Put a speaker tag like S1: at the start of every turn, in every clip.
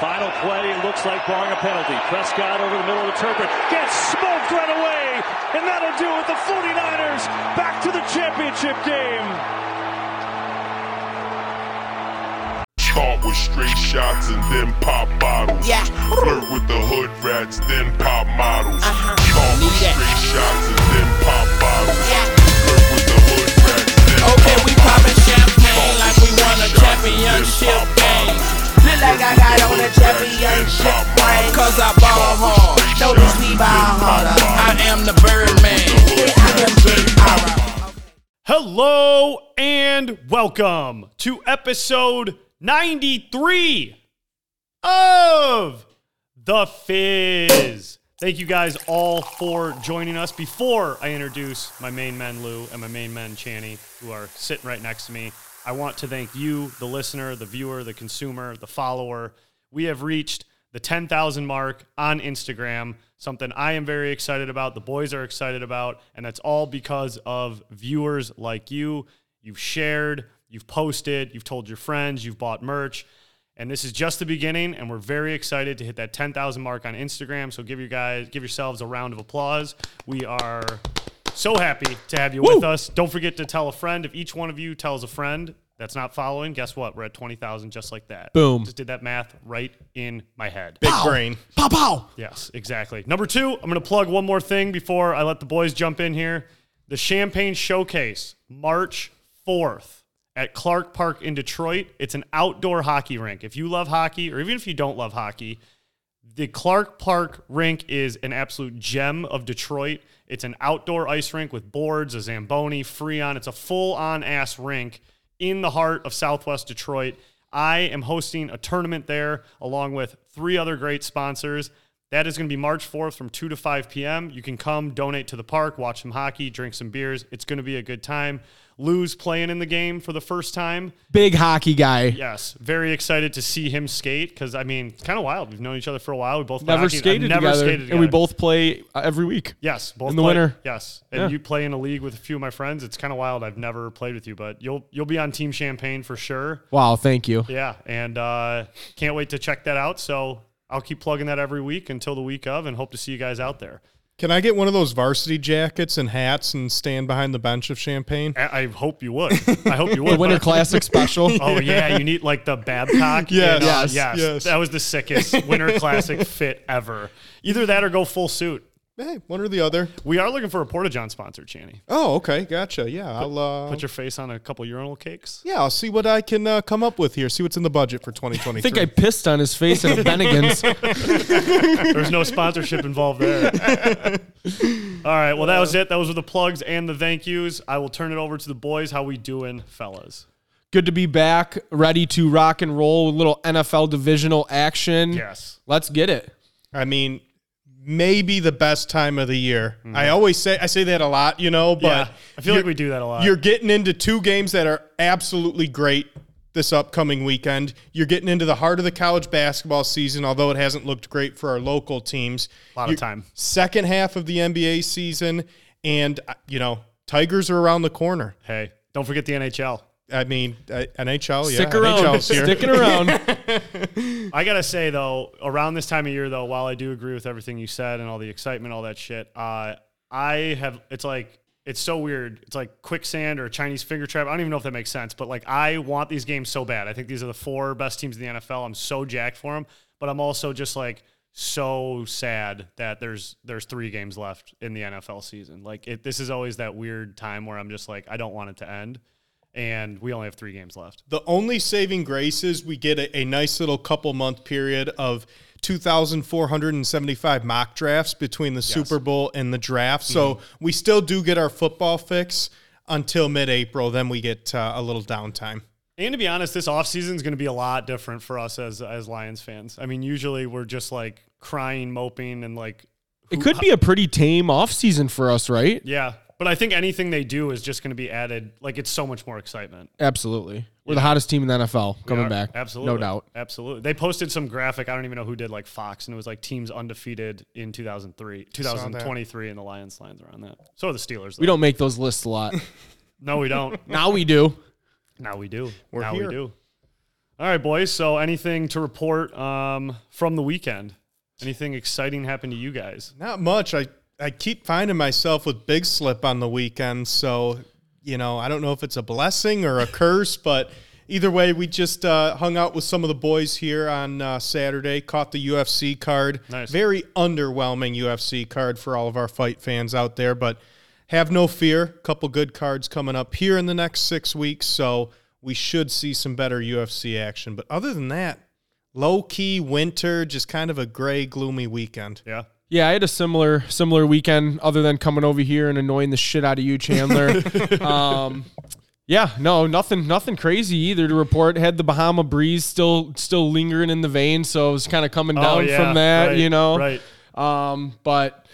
S1: Final play looks like barring a penalty. Prescott over the middle to Turpin. Gets smoked right away. And that'll do it. The 49ers back to the championship game.
S2: Caught with straight shots and then pop bottles.
S3: Yeah.
S2: Flirt with the hood rats, then pop models.
S3: Uh-huh.
S2: Caught with
S3: Yeah.
S2: straight shots and then pop bottles.
S3: Yeah.
S2: Flirt with the hood rats, then
S3: Okay,
S2: pop
S3: we
S2: bottles.
S3: poppin' champagne like we won a championship game. Look like I got on a championship ring. Cause I ball hard. No, these Levi harder. I am the Birdman. Yeah, I am Big Ara.
S4: Hello and welcome to episode 93 of The Fizz. Thank you guys all for joining us. Before I introduce my main men, Lou, and my main men, Channy, who are sitting right next to me, I want to thank you, the listener, the viewer, the consumer, the follower. We have reached the 10,000 mark on Instagram, something I am very excited about, the boys are excited about, and that's all because of viewers like you. You've shared, you've posted, you've told your friends, you've bought merch. And this is just the beginning, and we're very excited to hit that 10,000 mark on Instagram. So give you guys, give yourselves a round of applause. We are so happy to have you with us. Don't forget to tell a friend. If each one of you tells a friend that's not following, guess what? We're at 20,000 just like that.
S5: Boom.
S4: Just did that math right in my head.
S5: Big brain.
S6: Pow pow.
S4: Yes, exactly. Number two, I'm going to plug one more thing before I let the boys jump in here. The Champagne Showcase, March 4th at Clark Park in Detroit. It's an outdoor hockey rink. If you love hockey, or even if you don't love hockey, the Clark Park rink is an absolute gem of Detroit. It's an outdoor ice rink with boards, a Zamboni, Freon. It's a full on ass rink in the heart of Southwest Detroit. I am hosting a tournament there along with three other great sponsors. That is going to be March 4th from 2 to 5 p.m. You can come, donate to the park, watch some hockey, drink some beers. It's going to be a good time. Lou's playing in the game for the first time.
S5: Big hockey guy.
S4: Yes, very excited to see him skate because I mean, it's kind of wild. We've known each other for a while. We both play
S5: Never
S4: hockey. I've
S5: skated
S4: never
S5: together,
S4: skated
S5: and we
S4: together.
S5: both play uh, every week.
S4: yes, both
S5: in the
S4: play-
S5: winter.
S4: Yes, and
S5: Yeah.
S4: you play in a league with a few of my friends. It's kind of wild. I've never played with you, but you'll you'll be on Team Champagne for sure.
S5: Wow, thank you.
S4: Yeah, and uh, can't wait to check that out. So I'll keep plugging that every week until the week of, and hope to see you guys out there.
S6: Can I get one of those varsity jackets and hats and stand behind the bench of champagne?
S4: I, I hope you would. I hope you would.
S5: The Winter
S4: but-
S5: Classic special.
S4: Oh yeah, you need like the Babcock.
S6: Yes,
S4: and, uh,
S5: yes,
S4: yes,
S6: yes.
S4: That was the sickest Winter Classic fit ever. Either that or go full suit.
S6: Hey, one or the other.
S4: We are looking for a Porta John sponsor, Channy.
S6: Oh, okay, gotcha. Yeah, I'll uh,
S4: Put your face on a couple urinal cakes.
S6: yeah, I'll see what I can uh, come up with here. See what's in the budget for 2023.
S5: I think I pissed on his face at a Bennigan's.
S4: There's no sponsorship involved there. All right, well that was it. Those were the plugs and the thank yous. I will turn it over to the boys. How we doing, fellas?
S5: Good to be back, ready to rock and roll. A little NFL divisional action.
S4: Yes.
S5: Let's get it.
S6: I mean, maybe the best time of the year. I always say I say that a lot, you know, but
S4: Mm-hmm. yeah, I feel like
S6: you're-
S4: we do that a lot.
S6: You're getting into two games that are absolutely great this upcoming weekend. You're getting into the heart of the college basketball season, although it hasn't looked great for our local teams.
S4: a lot
S6: You-
S4: of time.
S6: Second half of the NBA season, and uh, you know, Tigers are around the corner.
S4: Hey, don't forget the NHL.
S6: I mean, uh, NHL, yeah,
S5: Stick around.
S6: NHL's here.
S5: Sticking around.
S4: I gotta say though, around this time of year though, while I do agree with everything you said and all the excitement, all that shit, uh, I have it's like it's so weird. It's like quicksand or Chinese finger trap. I don't even know if that makes sense, but like I want these games so bad. I think these are the four best teams in the NFL. I'm so jacked for them, but I'm also just like so sad that there's there's three games left in the NFL season. Like it, this is always that weird time where I'm just like I don't want it to end, and we only have three games left.
S6: The only saving grace is we get a, a nice little couple month period of 2,475 mock drafts between the Super Bowl and the draft. So we still do get our football fix until mid April. Then we get uh, a little downtime.
S4: And to be honest, this offseason is going to be a lot different for us as as Lions fans. I mean, usually we're just like crying, moping, and like,
S5: It could be a pretty tame offseason for us, right?
S4: yeah. But I think anything they do is just going to be added. Like, it's so much more excitement.
S5: Absolutely. We're the hottest team in the NFL coming
S4: Are-
S5: back.
S4: Absolutely.
S5: No doubt.
S4: Absolutely. They posted some graphic. I don't even know who did like Fox, and it was like teams undefeated in 2003, 2023, and the Lions lines around that. So are the Steelers.
S5: We
S4: though.
S5: don't make those lists a lot.
S4: No, we don't.
S5: now we do.
S4: now we do.
S6: We're
S4: now we
S6: here.
S4: do. All right, boys. So, anything to report um, from the weekend? Anything exciting happened to you guys?
S6: Not much. I, I keep finding myself with big slip on the weekend. So, you know, I don't know if it's a blessing or a curse, but either way, we just uh, hung out with some of the boys here on uh, Saturday, caught the UFC card.
S4: Nice.
S6: Very underwhelming UFC card for all of our fight fans out there, but have no fear. couple good cards coming up here in the next six weeks. So, we should see some better UFC action. But other than that, low key winter, just kind of a gray, gloomy weekend.
S4: Yeah.
S5: Yeah, I had a similar similar weekend other than coming over here and annoying the shit out of you, Chandler. um, yeah, no, nothing nothing crazy either to report. Had the Bahama breeze still still lingering in the vein, so it was kind of coming down from
S4: Oh,
S5: that,
S4: right,
S5: you know.
S4: Right.
S5: Um, but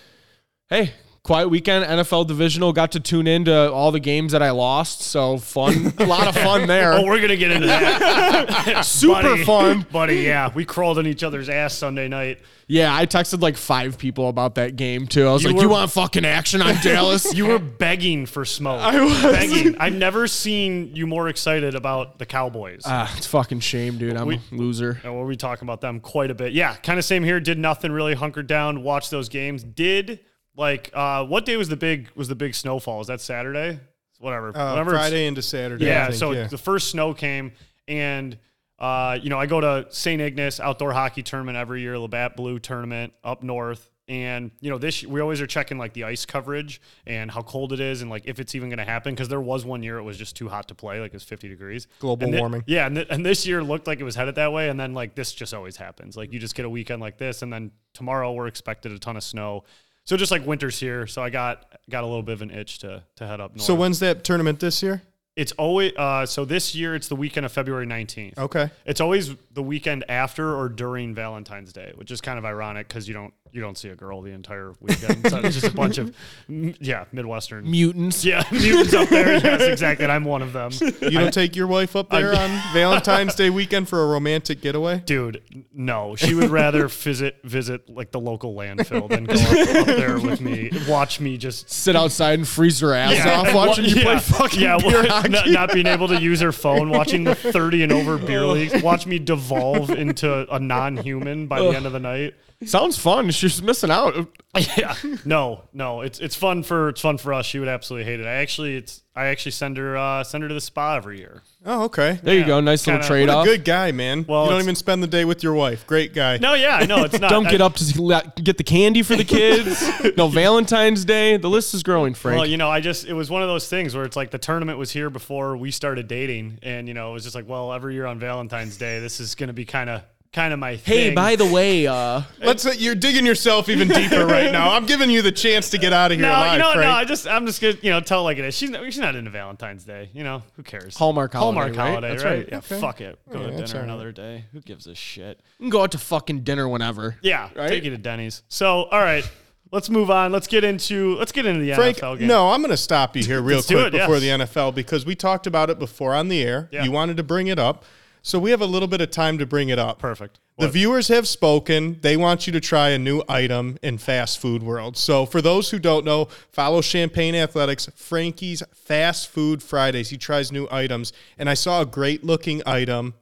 S5: hey, quiet weekend, NFL divisional. Got to tune into all the games that I lost, so fun, a lot of fun
S4: Oh,
S5: there.
S4: we're gonna get into that.
S5: Super
S4: buddy.
S5: fun.
S4: buddy. Yeah, we crawled on each other's ass Sunday night.
S5: Yeah, I texted like five people about that game too. I was
S4: You
S5: like,
S4: were-
S5: "You want fucking action on Dallas?"
S4: You were begging for smoke.
S5: I was.
S4: begging. I've never seen you more excited about the Cowboys.
S5: Ah, it's fucking shame, dude. I'm
S4: We-
S5: a loser.
S4: And we'll be talking about them quite a bit. Yeah, kind of same here. Did nothing really. Hunkered down. Watched those games. Did like uh, what day was the big was the big snowfall? Is that Saturday? Whatever.
S6: Uh,
S4: Whatever.
S6: Friday into Saturday. I
S4: Yeah.
S6: think,
S4: so
S6: yeah.
S4: the first snow came, and uh, you know I go to St. Ignace outdoor hockey tournament every year, Labatt Blue tournament up north, and you know this we always are checking like the ice coverage and how cold it is, and like if it's even going to happen because there was one year it was just too hot to play, like it was 50 degrees.
S6: Global
S4: And thi-
S6: warming.
S4: yeah, and, th- and this year looked like it was headed that way, and then like this just always happens. Like you just get a weekend like this, and then tomorrow we're expected a ton of snow. So just like winter's here, so I got got a little bit of an itch to to head up north.
S6: So when's that tournament this year?
S4: It's always uh, so this year it's the weekend of February 19th.
S6: Okay.
S4: It's always the weekend after or during Valentine's Day, which is kind of ironic cuz you don't you don't see a girl the entire weekend. so it's just a bunch of mm, yeah, Midwestern
S5: Mutants.
S4: yeah, mutants up there. Yes, exactly. And I'm one of them.
S6: You don't take your wife up there on Valentine's Day weekend for a romantic getaway?
S4: Dude, n- no. She would rather visit visit like the local landfill than go up, up there with me. Watch me just
S5: Sit outside and freeze your ass off watching you
S4: yeah.
S5: play fucking
S4: yeah,
S5: beer
S4: well,
S5: hockey.
S4: Not, not being able to use her phone, watching the 30 and over beer
S5: Oh.
S4: leagues, watch me devolve into a non-human by the end of the night.
S5: Sounds fun. She's missing out.
S4: Yeah, no, no, it's it's fun for it's fun for us. She would absolutely hate it. I actually, it's I actually send her uh, send her to the spa every year.
S6: Oh, okay.
S5: There you go. Nice
S4: Kinda-
S5: little trade
S6: What a
S5: off.
S6: good guy, man.
S4: Well,
S6: you don't
S4: it's-
S6: even spend the day with your wife. Great guy.
S4: No, yeah, I know it's not.
S5: Don't
S4: I-
S5: get up to see- la- get the candy for the kids. no Valentine's Day. The list is growing, Frank.
S4: Well, you know, I just it was one of those things where it's like the tournament was here before we started dating, and you know, it was just like, well, every year on Valentine's Day, this is going to be kind of kind of my
S5: hey,
S4: thing.
S5: by the way, uh,
S6: Let's you're digging yourself even deeper right now. I'm giving you the chance to get out of here
S4: No,
S6: alive,
S4: you know, no. I
S6: Frank.
S4: just, I'm just gonna, you know, tell like it is. She's, not- she's not into Valentine's Day. You know, who cares?
S5: Hallmark holiday,
S4: Hallmark
S5: right?
S4: holiday,
S5: That's
S4: right?
S5: right.
S4: Yeah, fuck it. Go to
S6: that's
S4: dinner
S6: all right.
S4: another day. Who gives a shit?
S5: you can go out to fucking dinner whenever.
S4: Yeah,
S5: Right?
S4: take you to Denny's. So, all right, let's move on. Let's get into, let's get into the NFL
S6: Frank,
S4: game.
S6: no, I'm going to stop you here real
S4: Let's do
S6: quick
S4: it, yes.
S6: before the NFL because we talked about it before on the air.
S4: Yeah.
S6: You wanted to bring it up. So we have a little bit of time to bring it up.
S4: perfect.
S6: The
S4: What?
S6: viewers have spoken. They want you to try a new item in fast food world. So for those who don't know, follow Champagne Athletics, Frankie's Fast Food Fridays. He tries new items. And I saw a great looking item,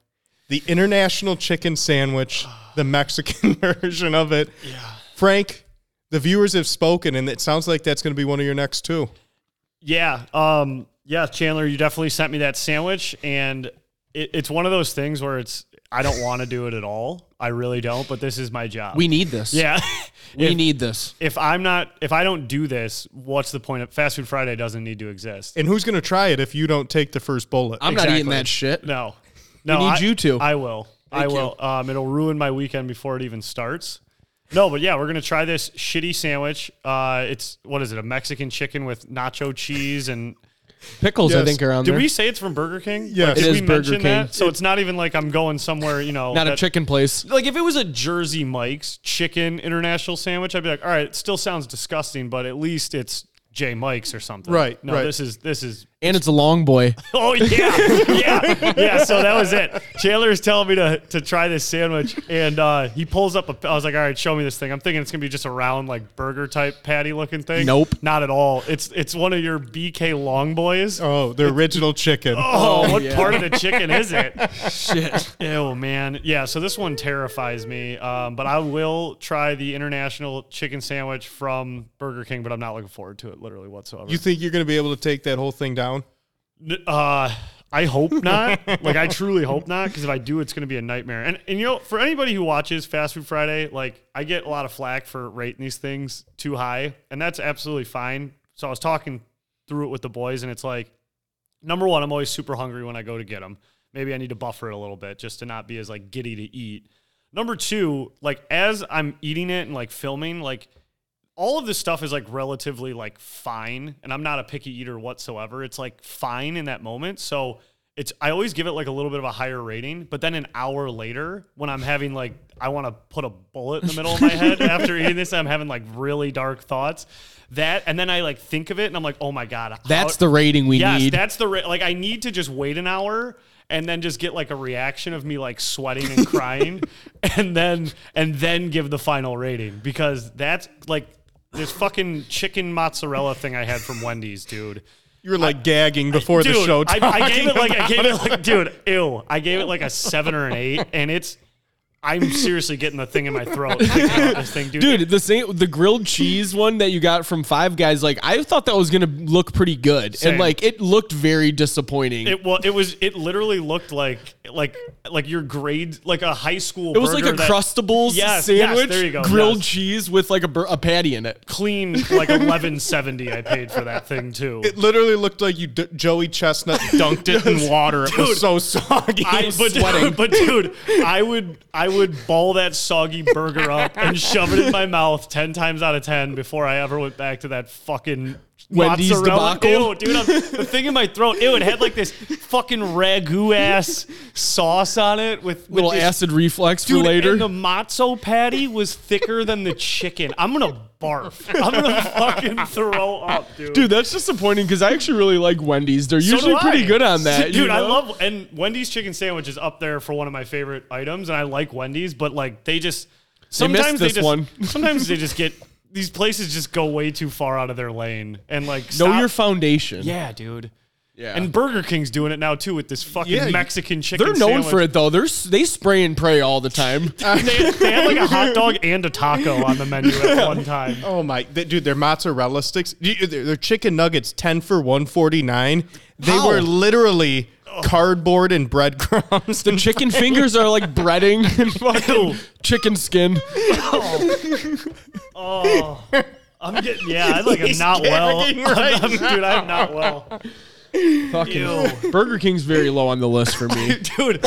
S6: the international chicken sandwich, the Mexican version of it. Yeah. Frank, the viewers have spoken, and it sounds like that's going to be one of your next two.
S4: Yeah. Um, yeah, Chandler, you definitely sent me that sandwich. And it, it's one of those things where it's, I don't want to do it at all. I really don't, but this is my job.
S5: We need this.
S4: yeah.
S5: we
S4: If-
S5: need this.
S4: If I'm not, if I don't do this, what's the point of Fast Food Friday doesn't need to exist.
S6: And who's going to try it if you don't take the first bullet?
S5: I'm not eating
S4: Exactly.
S5: that shit.
S4: No, no,
S5: need
S4: I,
S5: you to.
S4: I will. I will. Um, it'll ruin my weekend before it even starts. No, but yeah, we're gonna try this shitty sandwich. Uh, it's what is it? A Mexican chicken with nacho cheese and
S5: Pickles, I
S6: Yes.
S5: think, are on
S4: did
S5: there.
S4: we say it's from Burger King?
S6: Yes.
S4: Like, did
S5: It
S4: we
S5: is Burger
S4: mention
S5: King.
S4: that? So it's not even like I'm going somewhere. You know,
S5: not a
S4: that-
S5: chicken place.
S4: Like if it was a Jersey Mike's chicken international sandwich, I'd be like, all right, it still sounds disgusting, but at least it's J Mike's or something.
S6: Right,
S4: No,
S6: right.
S4: this is this is
S5: And it's a long boy.
S4: Oh yeah, yeah, yeah. So that was it. Chandler's telling me to to try this sandwich, and uh, he pulls up. A, I was like, "All right, show me this thing." I'm thinking it's gonna be just a round, like burger type patty looking thing.
S5: Nope.
S4: not at all. It's it's one of your BK long boys. Oh,
S6: Oh, the original chicken.
S4: what part of the chicken is it?
S5: Shit.
S4: Oh man, yeah. So this one terrifies me, um, but I will try the international chicken sandwich from Burger King. But I'm not looking forward to it, literally whatsoever.
S6: You think you're going to be able to take that whole thing down?
S4: N- Uh, I hope not. like I truly hope not, because if I do, it's going to be a nightmare. And and you know, for anybody who watches Fast Food Friday, like I get a lot of flack for rating these things too high, and that's absolutely fine. So I was talking through it with the boys, and it's like, number one, I'm always super hungry when I go to get them. Maybe I need to buffer it a little bit just to not be as like giddy to eat. Number two, like as I'm eating it and like filming, like all of this stuff is like relatively like fine and i'm not a picky eater whatsoever it's like fine in that moment so it's i always give it like a little bit of a higher rating but then an hour later when i'm having like i want to put a bullet in the middle of my head after eating this i'm having like really dark thoughts that and then i like think of it and i'm like oh my god how-
S5: That's the rating we
S4: yes,
S5: need.
S4: that's the ra- like. I need to just wait an hour and then just get like a reaction of me like sweating and crying, and then and then give the final rating because that's like this fucking chicken mozzarella thing I had from Wendy's, dude.
S6: You were like gagging before
S4: dude,
S6: the show.
S4: I, I gave
S6: talking
S4: it like I
S6: about
S4: gave it like dude, ew. I gave it like a seven or an eight, and it's. I'm seriously getting the thing in my throat. thinking about this thing, dude.
S5: Dude, the same the grilled cheese one that you got from Five Guys, like I thought that was gonna look pretty good,
S4: Same.
S5: and like it looked very disappointing. It,
S4: It was. It was. It literally looked like like like your grade, like a high school.
S5: was like a
S4: burger that-
S5: crustables
S4: Yes, yes,
S5: sandwich,
S4: there you go,
S5: grilled
S4: yes.
S5: cheese with like a, bur- a patty in it.
S4: clean like 1170 I paid for that thing too.
S6: It literally looked like you d- Joey Chestnut dunked it in water. It was so soggy.
S4: I,
S6: was
S4: but,
S6: sweating.
S4: but dude, I would I would ball that soggy burger up and shove it in my mouth ten times out of ten before I ever went back to that fucking
S5: Wendy's
S4: mozzarella.
S5: debacle?
S4: Ew, dude, I'm, the thing in my throat. Ew, it had like this fucking ragu ass sauce on it with, with
S5: Little
S4: this-
S5: acid reflex
S4: Dude,
S5: for later.
S4: and the matzo patty was thicker than the chicken. I'm gonna barf. I'm gonna fucking throw up,
S5: Dude, that's disappointing because I actually really like Wendy's. They're
S4: So
S5: usually
S4: do
S5: pretty
S4: I.
S5: good on that.
S4: Dude,
S5: you
S4: I
S5: know?
S4: love and Wendy's chicken sandwich is up there for one of my favorite items, and I like Wendy's, but like they just sometimes they,
S5: this
S4: just
S5: one.
S4: sometimes they just get these places just go way too far out of their lane and like
S5: know
S4: stop-
S5: your foundation.
S4: yeah, dude.
S5: Yeah.
S4: And Burger King's doing it now too with this fucking
S6: Yeah, you-
S4: Mexican chicken.
S5: They're known
S4: sandwich.
S5: for it though. They're s- they spray and pray all the time.
S4: They, they had like a hot dog and a taco on the menu at one time.
S6: Oh my, th- dude! Their mozzarella sticks, you- their their chicken nuggets, ten for one forty nine. They
S5: How?
S6: were literally cardboard and breadcrumbs.
S5: the chicken fingers are like breading and fucking chicken skin.
S4: I'm getting yeah, I like I'm not well,
S6: gagging right
S4: I'm- dude. I'm not well, Ew.
S5: Fucking Burger King's very low on the list for me.
S4: dude.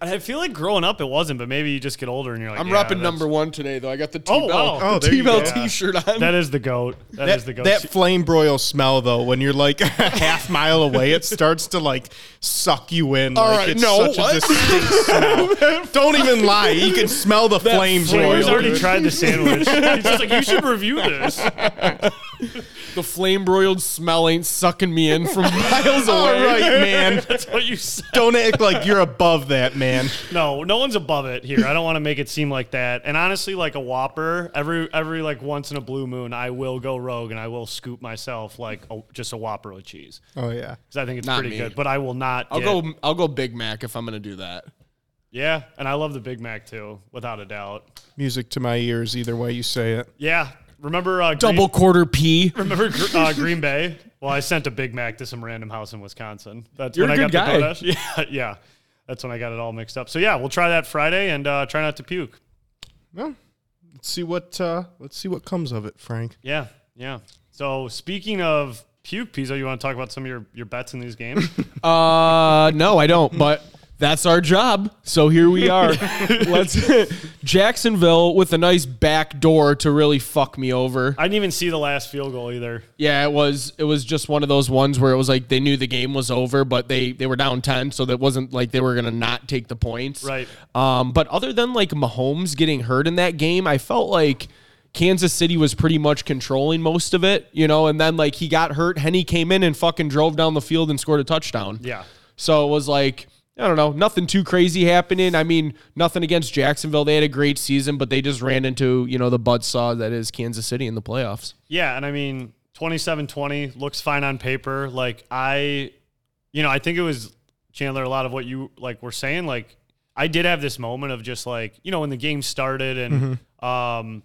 S4: I feel like growing up it wasn't, but maybe you just get older and you're like,
S5: I'm
S4: yeah,
S5: repping
S4: that's-
S5: number one today though. I got the T
S4: Oh,
S5: Bell
S4: wow. Oh,
S5: the
S6: there
S5: T
S6: you
S5: Bell
S6: go.
S5: T shirt on.
S4: That is the goat. that
S6: that,
S4: is the goat.
S6: that
S4: She-
S6: flame broil smell though, when you're like a half mile away, it starts to like suck you in.
S5: All
S6: like,
S5: right,
S6: it's
S5: no,
S6: such
S5: what?
S6: a distinct smell. Don't even lie; you can smell the flame
S4: Flavor's
S6: broil.
S4: already
S6: dude.
S4: tried the sandwich. He's just like, you should review this.
S5: the flame broiled smell ain't sucking me in from miles
S6: All
S5: away.
S6: right, man.
S4: That's what you said.
S6: Don't act like you're above that, man.
S4: No, no one's above it here. I don't want to make it seem like that. And honestly, like a Whopper, every every like once in a blue moon, I will go rogue and I will scoop myself like a, just a Whopper with cheese
S6: Oh yeah.
S4: because I think it's
S5: Not
S4: pretty
S5: me.
S4: good. But I will not.
S5: I'll
S4: get-
S5: go I'll go Big Mac if I'm gonna do that.
S4: Yeah, and I love the Big Mac too, without a doubt.
S6: Music to my ears, either way you say it.
S4: Yeah, remember uh, Green-
S5: Double quarter P.
S4: Remember Gr- uh, Green Bay? Well, I sent a Big Mac to some random house in Wisconsin. That's
S5: You're
S4: when I
S5: a good
S4: got
S5: guy.
S4: the DoorDash. Yeah, yeah. That's when I got it all mixed up. So yeah, we'll try that Friday and uh, try not to puke.
S6: Let's see what uh, let's see what comes of it, Frank.
S4: Yeah, yeah. So speaking of puke, Pizzo, you want to talk about some of your, your bets in these games?
S5: Uh, no, I don't. But that's our job. So here we are. Let's Jacksonville with a nice back door to really fuck me over.
S4: I didn't even see the last field goal either.
S5: Yeah, it was it was just one of those ones where it was like they knew the game was over, but they they were down ten, so that wasn't like they were gonna not take the points.
S4: Right.
S5: Um, but other than like Mahomes getting hurt in that game, I felt like Kansas City was pretty much controlling most of it, you know, and then like he got hurt. Henny came in and fucking drove down the field and scored a touchdown.
S4: Yeah.
S5: So it was like, I don't know, nothing too crazy happening. I mean, nothing against Jacksonville. They had a great season, but they just ran into, you know, the buzzsaw that is Kansas City in the playoffs.
S4: Yeah, and I mean, 2720 looks fine on paper. Like I you know, I think it was Chandler a lot of what you like were saying like I did have this moment of just like, you know, when the game started and um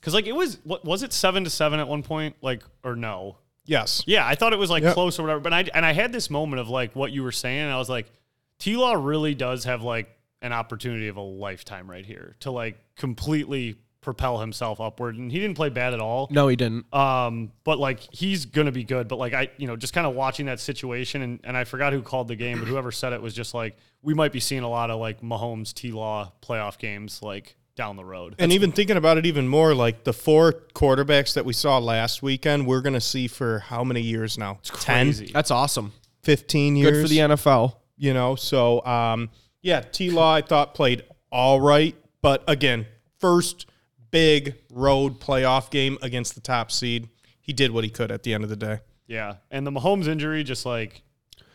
S4: cuz like it was what was it 7 to 7 at one point like or no?
S6: Yes.
S4: Yeah, I thought it was like
S6: Yep.
S4: close or whatever, but I and I had this moment of like what you were saying and I was like T Law really does have like an opportunity of a lifetime right here to like completely propel himself upward and he didn't play bad at all.
S5: No, he didn't.
S4: Um, but like he's gonna be good. But like I, you know, just kind of watching that situation, and, and I forgot who called the game, but whoever said it was just like we might be seeing a lot of like Mahomes T Law playoff games like down the road.
S6: And even thinking about it even more, like the four quarterbacks that we saw last weekend, we're going to see for how many years now?
S4: Crazy.
S5: That's awesome.
S6: 15 years.
S5: Good for the NFL.
S6: you know. So um, yeah, T Law I thought played all right, but again, first big road playoff game against the top seed, he did what he could at the end of the day.
S4: yeah. And the Mahomes injury, just like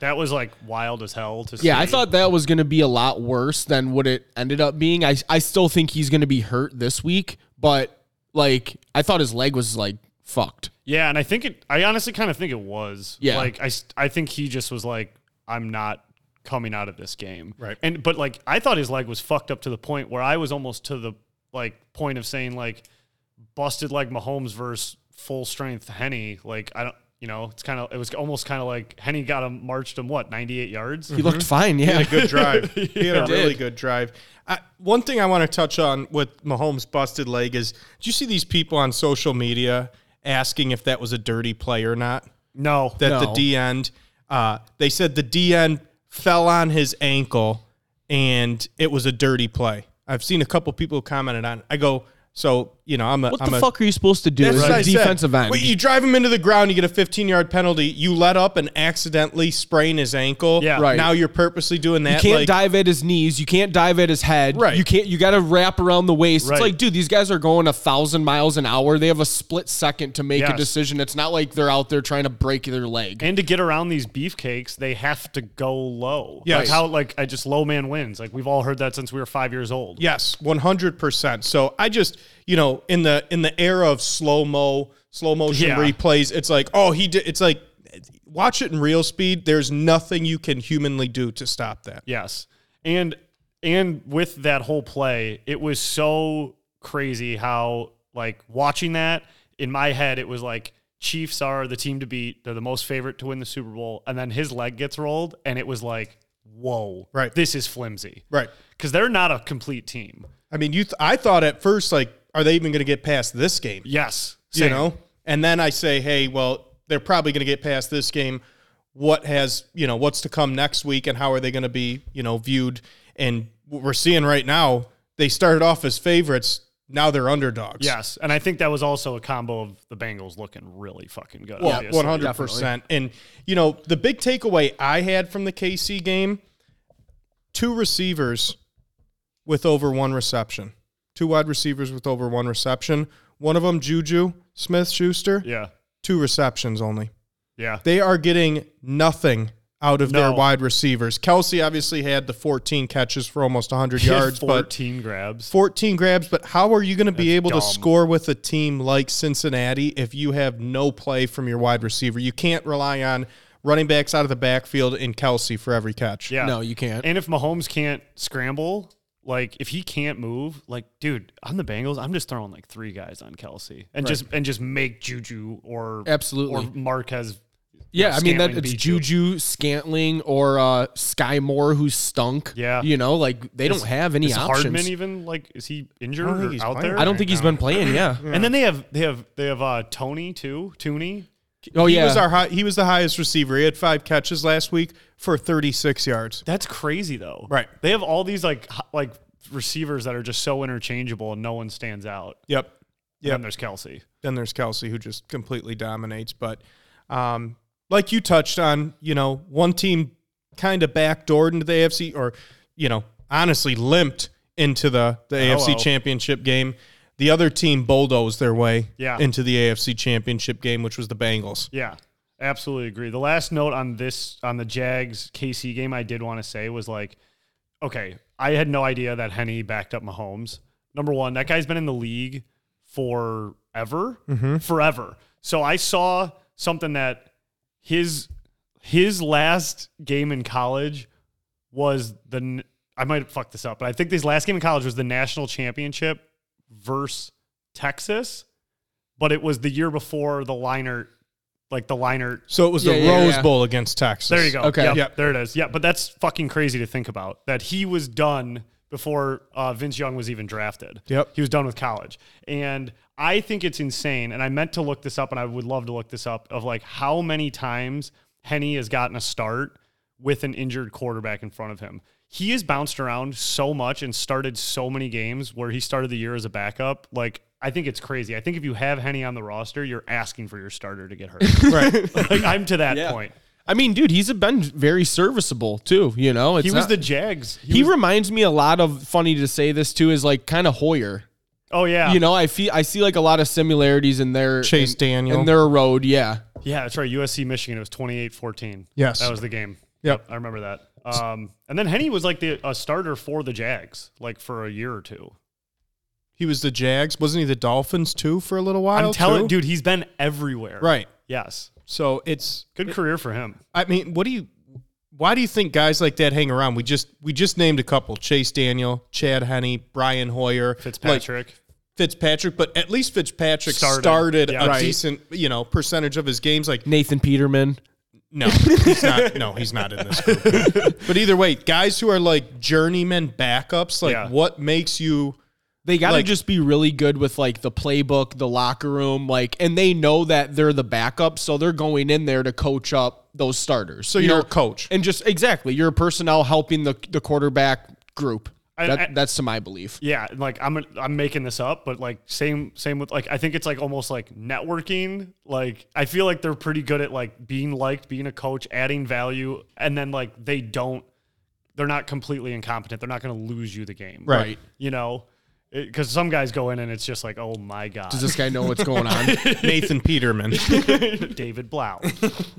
S4: that was like wild as hell to see.
S5: Yeah, I thought that was going to be a lot worse than what it ended up being. I, I still think he's going to be hurt this week, but like I thought his leg was like fucked.
S4: Yeah, and I think it. I honestly kind of think it was.
S5: Yeah.
S4: Like I, s- I think he just was like, I'm not coming out of this game.
S6: Right.
S4: And but like I thought his leg was fucked up to the point where I was almost to the like point of saying like busted like Mahomes versus full strength Henny. Like I don't. You know, it's kind of it was almost kind of like Henny got him marched him what ninety eight yards.
S6: Mm-hmm.
S5: He looked fine. Yeah.
S6: Good drive. He had a
S5: did.
S6: really good drive. I, one thing I want to touch on with Mahomes' busted leg is: Do you see these people on social media asking if that was a dirty play or not?
S4: No,
S6: that the
S5: No.
S6: D end. Uh, they said the D end fell on his ankle and it was a dirty play. I've seen a couple people who commented on. it. I go, so you know, I'm a
S5: What
S6: I'm
S5: the
S6: a,
S5: fuck are you supposed to do?
S6: That's
S5: It's
S6: what
S5: a
S6: I said.
S5: defensive end.
S6: Wait, you drive him into the ground, you get a 15 yard penalty. You let up and accidentally sprain his ankle.
S4: Yeah.
S5: Right.
S6: Now you're purposely doing that.
S5: You can't
S6: like,
S5: dive at his knees. You can't dive at his head.
S6: Right.
S5: You can't. You got to wrap around the waist.
S4: Right.
S5: It's like, dude, these guys are going a thousand miles an hour. They have a split second to make
S4: Yes.
S5: a decision. It's not like they're out there trying to break their leg.
S4: and to get around these beefcakes, they have to go low. Like
S6: Yes.
S4: how like I just low man wins. Like we've all heard that since we were five years old.
S6: Yes, one hundred percent. So I just, you know, in the in the era of slow mo, slow motion
S4: Yeah.
S6: replays, it's like, oh, he did. It's like, watch it in real speed. There's nothing you can humanly do to stop that.
S4: Yes. And and with that whole play, it was so crazy how like watching that in my head it was like Chiefs are the team to beat. They're the most favorite to win the Super Bowl. And then his leg gets rolled and it was like, "Whoa.
S6: Right.
S4: This is flimsy."
S6: Right.
S4: Cuz they're not a complete team.
S6: I mean, you. Th- I thought at first, like, are they even going to get past this game?
S4: Yes.
S6: You
S4: Same.
S6: know, and then I say, hey, well, they're probably going to get past this game. What has you know what's to come next week, and how are they going to be you know viewed? And what we're seeing right now, they started off as favorites. Now they're underdogs.
S4: Yes. And I think that was also a combo of the Bengals looking really fucking good.
S6: Well,
S4: obviously.
S6: one hundred percent. And you know, the big takeaway I had from the KC game: two receivers with over one reception, two wide receivers with over one reception. One of them, Juju Smith Schuster,
S4: Yeah.
S6: two receptions only.
S4: Yeah.
S6: They are getting nothing out of their
S4: No.
S6: wide receivers. Kelsey obviously had the 14 catches for almost 100 yards, but
S4: 14 grabs.
S6: 14 grabs, but how are you going to be able
S4: dumb.
S6: to score with a team like Cincinnati if you have no play from your wide receiver? You can't rely on running backs out of the backfield and Kelsey for every catch.
S4: Yeah.
S5: No, you can't.
S4: And if Mahomes can't scramble, like if he can't move, like dude, on the Bengals, I'm just throwing like three guys on Kelsey and just and just make Juju or
S5: Absolutely.
S4: or Marquez.
S5: Yeah, I mean that
S4: Scantling
S5: it's
S4: beat you.
S5: Juju, Scantling, or uh, Sky Moore who stunk.
S4: Yeah.
S5: you know, like they don't have any
S4: Is
S5: options.
S4: Hardman even like is he injured
S6: don't think
S4: or
S6: he's
S4: out
S6: playing.
S4: there?
S5: I don't think he's been playing. Yeah.
S4: And then they have they have they have uh Tony too, Tooney.
S5: Oh
S6: He
S5: yeah.
S6: was our high, he was the highest receiver. He had 5 catches last week for 36 yards.
S4: That's crazy though.
S6: Right.
S4: They have all these like h- like receivers that are just so interchangeable and no one stands out.
S6: Yep.
S4: Yeah.
S6: Yep.
S4: And there's Kelsey.
S6: Then there's Kelsey, who just completely dominates. But um, like you touched on, you know, one team kind of backdoored into the AFC, or you know, honestly limped into the the AFC
S4: Hello.
S6: Championship game. The other team bulldozed their way
S4: Yeah.
S6: into the AFC Championship game, which was the Bengals.
S4: Yeah, absolutely agree. The last note on this on the Jags KC game I did want to say was like, okay, I had no idea that Henny backed up Mahomes. Number one, that guy's been in the league forever, forever. So I saw something that his his last game in college was the n- I might have fucked this up, but I think his last game in college was the national championship versus Texas, but it was the year before the liner, like the liner.
S6: So it was
S5: Yeah,
S6: the
S5: yeah,
S6: Rose
S5: yeah.
S6: Bowl against Texas.
S4: There you go.
S5: Okay.
S4: Yep,
S6: Yep.
S4: There it is. Yeah, but that's fucking crazy to think about that he was done before uh, Vince Young was even drafted.
S6: Yep.
S4: He was done with college, and I think it's insane. And I meant to look this up, and I would love to look this up of like how many times Henny has gotten a start with an injured quarterback in front of him. He has bounced around so much and started so many games where he started the year as a backup. Like, I think it's crazy. I think if you have Henny on the roster, you're asking for your starter to get hurt.
S6: Right.
S4: like, I'm to that point.
S5: I mean, dude, he's been very serviceable too. You know, it's
S4: He was
S5: not-
S4: the Jags.
S5: He, reminds me a lot of funny to say this too is like kind of Hoyer.
S4: Oh yeah,
S5: You know, I feel I see like a lot of similarities in their
S6: Chase
S5: in,
S6: Daniel.
S5: in their road. Yeah,
S4: yeah, that's right. USC Michigan. It was 28-14.
S6: Yes.
S4: that was the game.
S6: Yep.
S4: I remember that. Um, and then Henny was like the a starter for the Jags, like for a year or two.
S6: He was the Jags. Wasn't he the Dolphins too for a little while?
S4: I'm telling,
S6: too?
S4: dude, he's been everywhere.
S6: Right.
S4: Yes.
S6: So it's
S4: Good career for him.
S6: I mean, what do you? Why do you think guys like that hang around? We just we just named a couple: Chase Daniel, Chad Henney, Brian Hoyer, like
S4: Fitzpatrick.
S6: Fitzpatrick. But at least Fitzpatrick
S4: Started.
S6: started,
S4: Yeah.
S6: a
S4: Right.
S6: decent you know percentage of his games. Like
S5: Nathan Peterman.
S6: no, he's not. No, he's not in this group. but either way, guys who are like journeyman backups, like
S4: Yeah.
S6: what makes you?
S5: They got to
S6: Like-
S5: just be really good with like the playbook, the locker room, like, and they know that they're the backup, so they're going in there to coach up those starters.
S6: So
S5: you
S6: you're
S5: know?
S6: a coach.
S5: and just exactly, you're a personnel helping the the quarterback group.
S4: I-
S5: that,
S4: I-
S5: that's to my belief.
S4: yeah, and, like I'm I'm making this up, but like same same with like I think it's like almost like networking. Like I feel like they're pretty good at like being liked, being a coach, adding value, and then like they don't they're not completely incompetent. They're not going to lose you the game.
S6: Right.
S4: You know, because some guys go in and it's just like, oh my God,
S5: Does this guy know what's going on?
S6: Nathan Peterman.
S4: David Blau.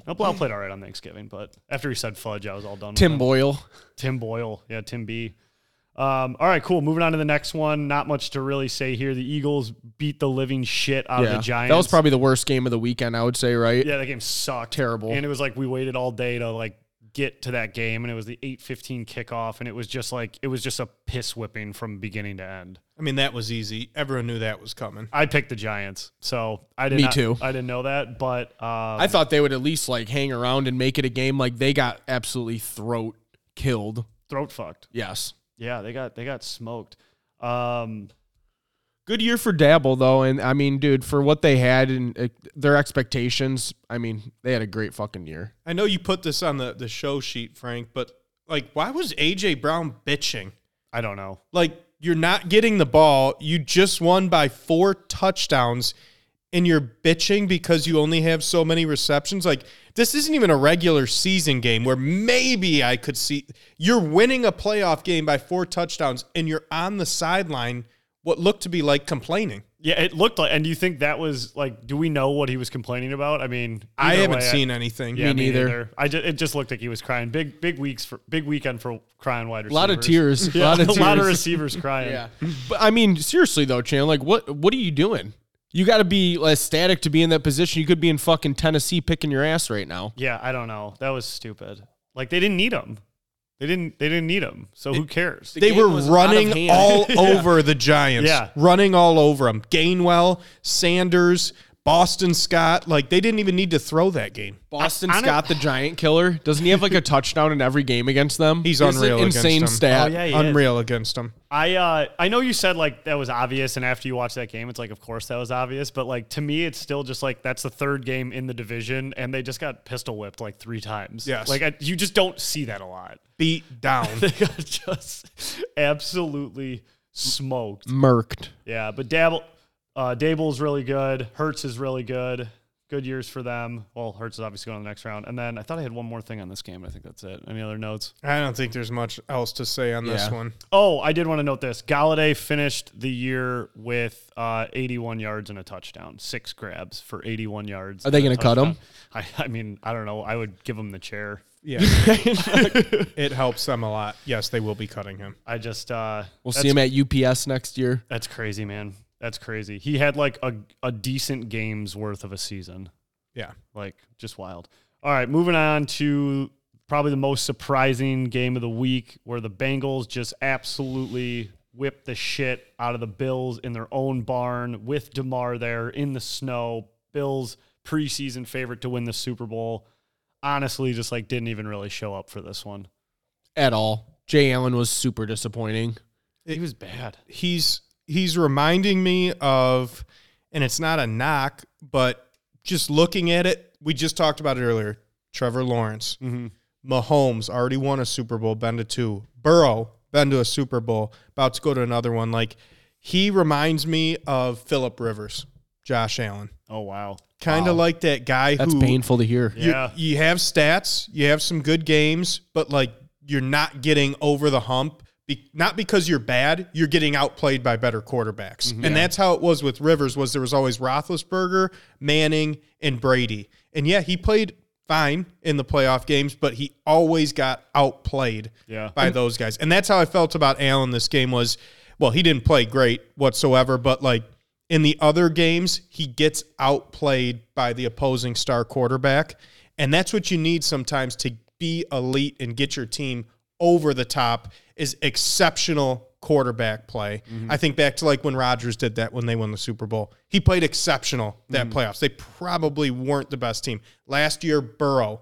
S4: now, Blau played all right on Thanksgiving, but after he said fudge, I was all done.
S5: Tim
S4: with him.
S5: Boyle.
S4: Tim Boyle. Yeah, Tim B. Um, all right, cool. Moving on to the next one. Not much to really say here. The Eagles beat the living shit out of the Giants.
S5: That was probably the worst game of the weekend, I would say, right?
S4: yeah. That game sucked.
S5: Terrible.
S4: And it was like we waited all day to like get to that game, and it was the eight fifteen kickoff, and it was just like it was just a piss whipping from beginning to end.
S6: I mean, that was easy. Everyone knew that was coming.
S4: I picked the Giants, so I did
S5: Me
S4: not-
S5: too.
S4: I didn't know that, but um,
S5: I thought they would at least like hang around and make it a game. Like they got absolutely throat killed.
S4: throat fucked.
S5: Yes.
S4: Yeah, they got they got smoked. Um,
S5: Good year for Dabble though, and I mean, dude, for what they had and uh, their expectations, I mean, they had a great fucking year.
S6: I know you put this on the, the show sheet, Frank, but like, why was AJ Brown bitching?
S4: I don't know.
S6: Like, you're not getting the ball. You just won by four touchdowns, and you're bitching because you only have so many receptions. Like, this isn't even a regular season game where maybe I could see you're winning a playoff game by four touchdowns, and you're on the sideline, what looked to be like complaining.
S4: Yeah, it looked like. And do you think that was like? Do we know what he was complaining about? I mean,
S6: I
S4: either
S6: haven't
S4: way,
S6: seen anything.
S4: yeah, me
S5: neither.
S4: I just, it just looked like he was crying. Big big weeks for big weekend for crying wide
S5: A
S4: receivers.
S5: lot of tears. A lot of tears.
S4: a lot of receivers crying.
S5: yeah. But I mean, seriously though, Chan, like, what what are you doing? You got to be ecstatic to be in that position. You could be in fucking Tennessee picking your ass right now.
S4: Yeah, I don't know. That was stupid. Like they didn't need him. They didn't. They didn't need him. So who cares?
S6: they
S5: game
S6: were
S5: was out of
S6: running
S5: hand.
S6: all over the Giants.
S4: Yeah.
S6: Running all over them. Gainwell, Sanders, Boston Scott. Like, they didn't even need to throw that game.
S5: Boston
S4: I- I don't-
S5: Scott, the giant killer, doesn't he have like a touchdown in every game against them?
S6: He's
S5: It's an
S6: unreal against
S5: Insane
S6: them.
S5: stat.
S4: Oh, yeah, he is.
S6: Unreal against them.
S4: I uh, I know you said like that was obvious, and after you watch that game, it's like of course that was obvious. But like to me, it's still just like that's the third game in the division, and they just got pistol whipped like three times.
S6: Yes.
S4: like I, you just don't see that a lot.
S6: Beat down.
S4: They got just absolutely smoked.
S5: Murked.
S4: Yeah, but Dabble, uh, Dable's really good. Hertz is really good. Good years for them. Well, Hertz is obviously going to the next round. And then I thought I had one more thing on this game, but I think that's it. Any other notes?
S6: I don't think there's much else to say on this
S5: Yeah.
S6: one.
S4: Oh, I did want to note this. Galladay finished the year with uh, 81 yards and a touchdown, six grabs for 81 yards.
S5: Are they
S4: and a
S5: gonna cut him?
S4: touchdown. I, I mean, I don't know. I would give him the chair.
S6: Yeah, it helps them a lot. Yes, they will be cutting him.
S4: I just uh,
S5: We'll
S4: that's,
S5: see him at UPS next year.
S4: That's crazy, man. That's crazy. He had like a a decent game's worth of a season.
S6: Yeah,
S4: Like just wild. All right, moving on to probably the most surprising game of the week where the Bengals just absolutely whipped the shit out of the Bills in their own barn with DeMar there in the snow. Bills preseason favorite to win the Super Bowl. Honestly, just like didn't even really show up for this one.
S5: At all. Jay Allen was super disappointing.
S4: he was bad.
S6: he's he's reminding me of, and it's not a knock, but just looking at it, we just talked about it earlier. Trevor Lawrence, Mahomes already won a Super Bowl, been to two. Burrow been to a Super Bowl, about to go to another one. Like he reminds me of Philip Rivers, Josh Allen,
S4: Oh wow.
S6: kind of like that guy
S5: That's
S6: who
S5: painful to hear.
S6: you,
S4: Yeah.
S6: you have stats, you have some good games, but like you're not getting over the hump. Be, not because you're bad, you're getting outplayed by better quarterbacks, and that's how it was with Rivers. Was there was always Roethlisberger, Manning, and Brady, and yeah, he played fine in the playoff games, but he always got outplayed
S4: Yeah.
S6: by those guys, and that's how I felt about Allen. This game was, well, he didn't play great whatsoever, but like in the other games, he gets outplayed by the opposing star quarterback. And that's what you need sometimes to be elite and get your team over the top is exceptional quarterback play. I think back to like when Rodgers did that when they won the Super Bowl. He played exceptional that playoffs. They probably weren't the best team. Last year, Burrow,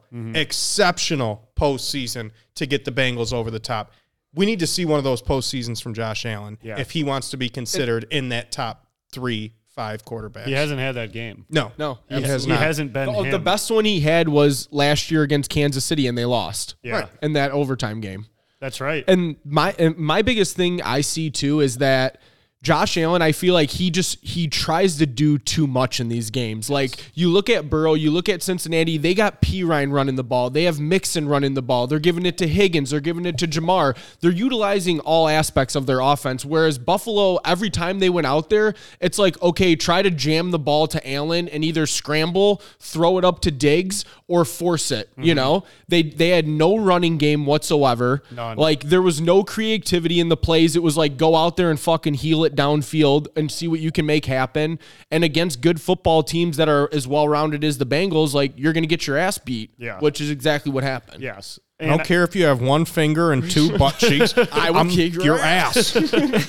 S6: exceptional postseason to get the Bengals over the top. We need to see one of those postseasons from Josh Allen
S4: Yeah.
S6: if he wants to be considered in that top three, five quarterbacks.
S4: He hasn't had that game.
S6: no,
S5: No.
S6: he has
S4: he
S6: not.
S4: hasn't been
S5: Oh, the
S4: him.
S5: best one he had was last year against Kansas City, and they lost.
S4: Yeah. Right.
S5: in that overtime game.
S4: That's right.
S5: And my and my biggest thing I see too is that Josh Allen, I feel like he just he tries to do too much in these games. Like you look at Burrow, you look at Cincinnati, they got P Ryan running the ball, they have Mixon running the ball, they're giving it to Higgins, they're giving it to Jamar. They're utilizing all aspects of their offense. Whereas Buffalo, every time they went out there, it's like, okay, try to jam the ball to Allen and either scramble, throw it up to Diggs, or force it.
S4: Mm-hmm.
S5: You know? They they had no running game whatsoever.
S4: None.
S5: Like like there was no creativity in the plays. It was like go out there and fucking heel it downfield and see what you can make happen. And against good football teams that are as well rounded as the Bengals, like you're gonna get your ass beat.
S4: Yeah.
S5: Which is exactly what happened.
S4: yes.
S6: I don't care if you have one finger and two butt cheeks. I
S5: will kick your
S6: ass.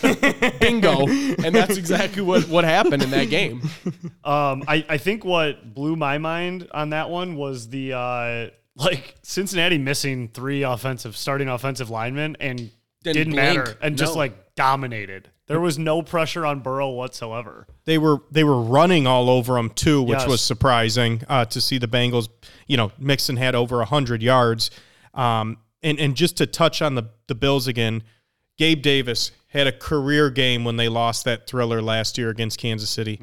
S5: Bingo. and that's exactly what, what happened in that game.
S4: Um, I, I think what blew my mind on that one was the uh, like Cincinnati missing three offensive starting offensive linemen and
S5: Didn't
S4: didn't,
S5: blink.
S4: matter and just
S5: No.
S4: like dominated. There was no pressure on Burrow whatsoever.
S6: they were they were running all over him too, which
S4: Yes.
S6: was surprising uh, to see the Bengals. You know, Mixon had over hundred yards, um, and and just to touch on the the Bills again, Gabe Davis had a career game when they lost that thriller last year against Kansas City.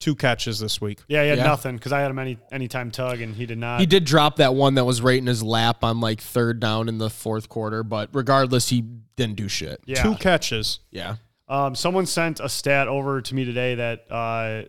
S6: Two catches this week.
S4: Yeah, he had
S5: Yeah.
S4: nothing because I had him any anytime tug and he did not.
S5: He did drop that one that was right in his lap on like third down in the fourth quarter, but regardless, he didn't do shit.
S4: Yeah.
S6: Two catches.
S5: Yeah.
S4: Um, someone sent a stat over to me today that uh,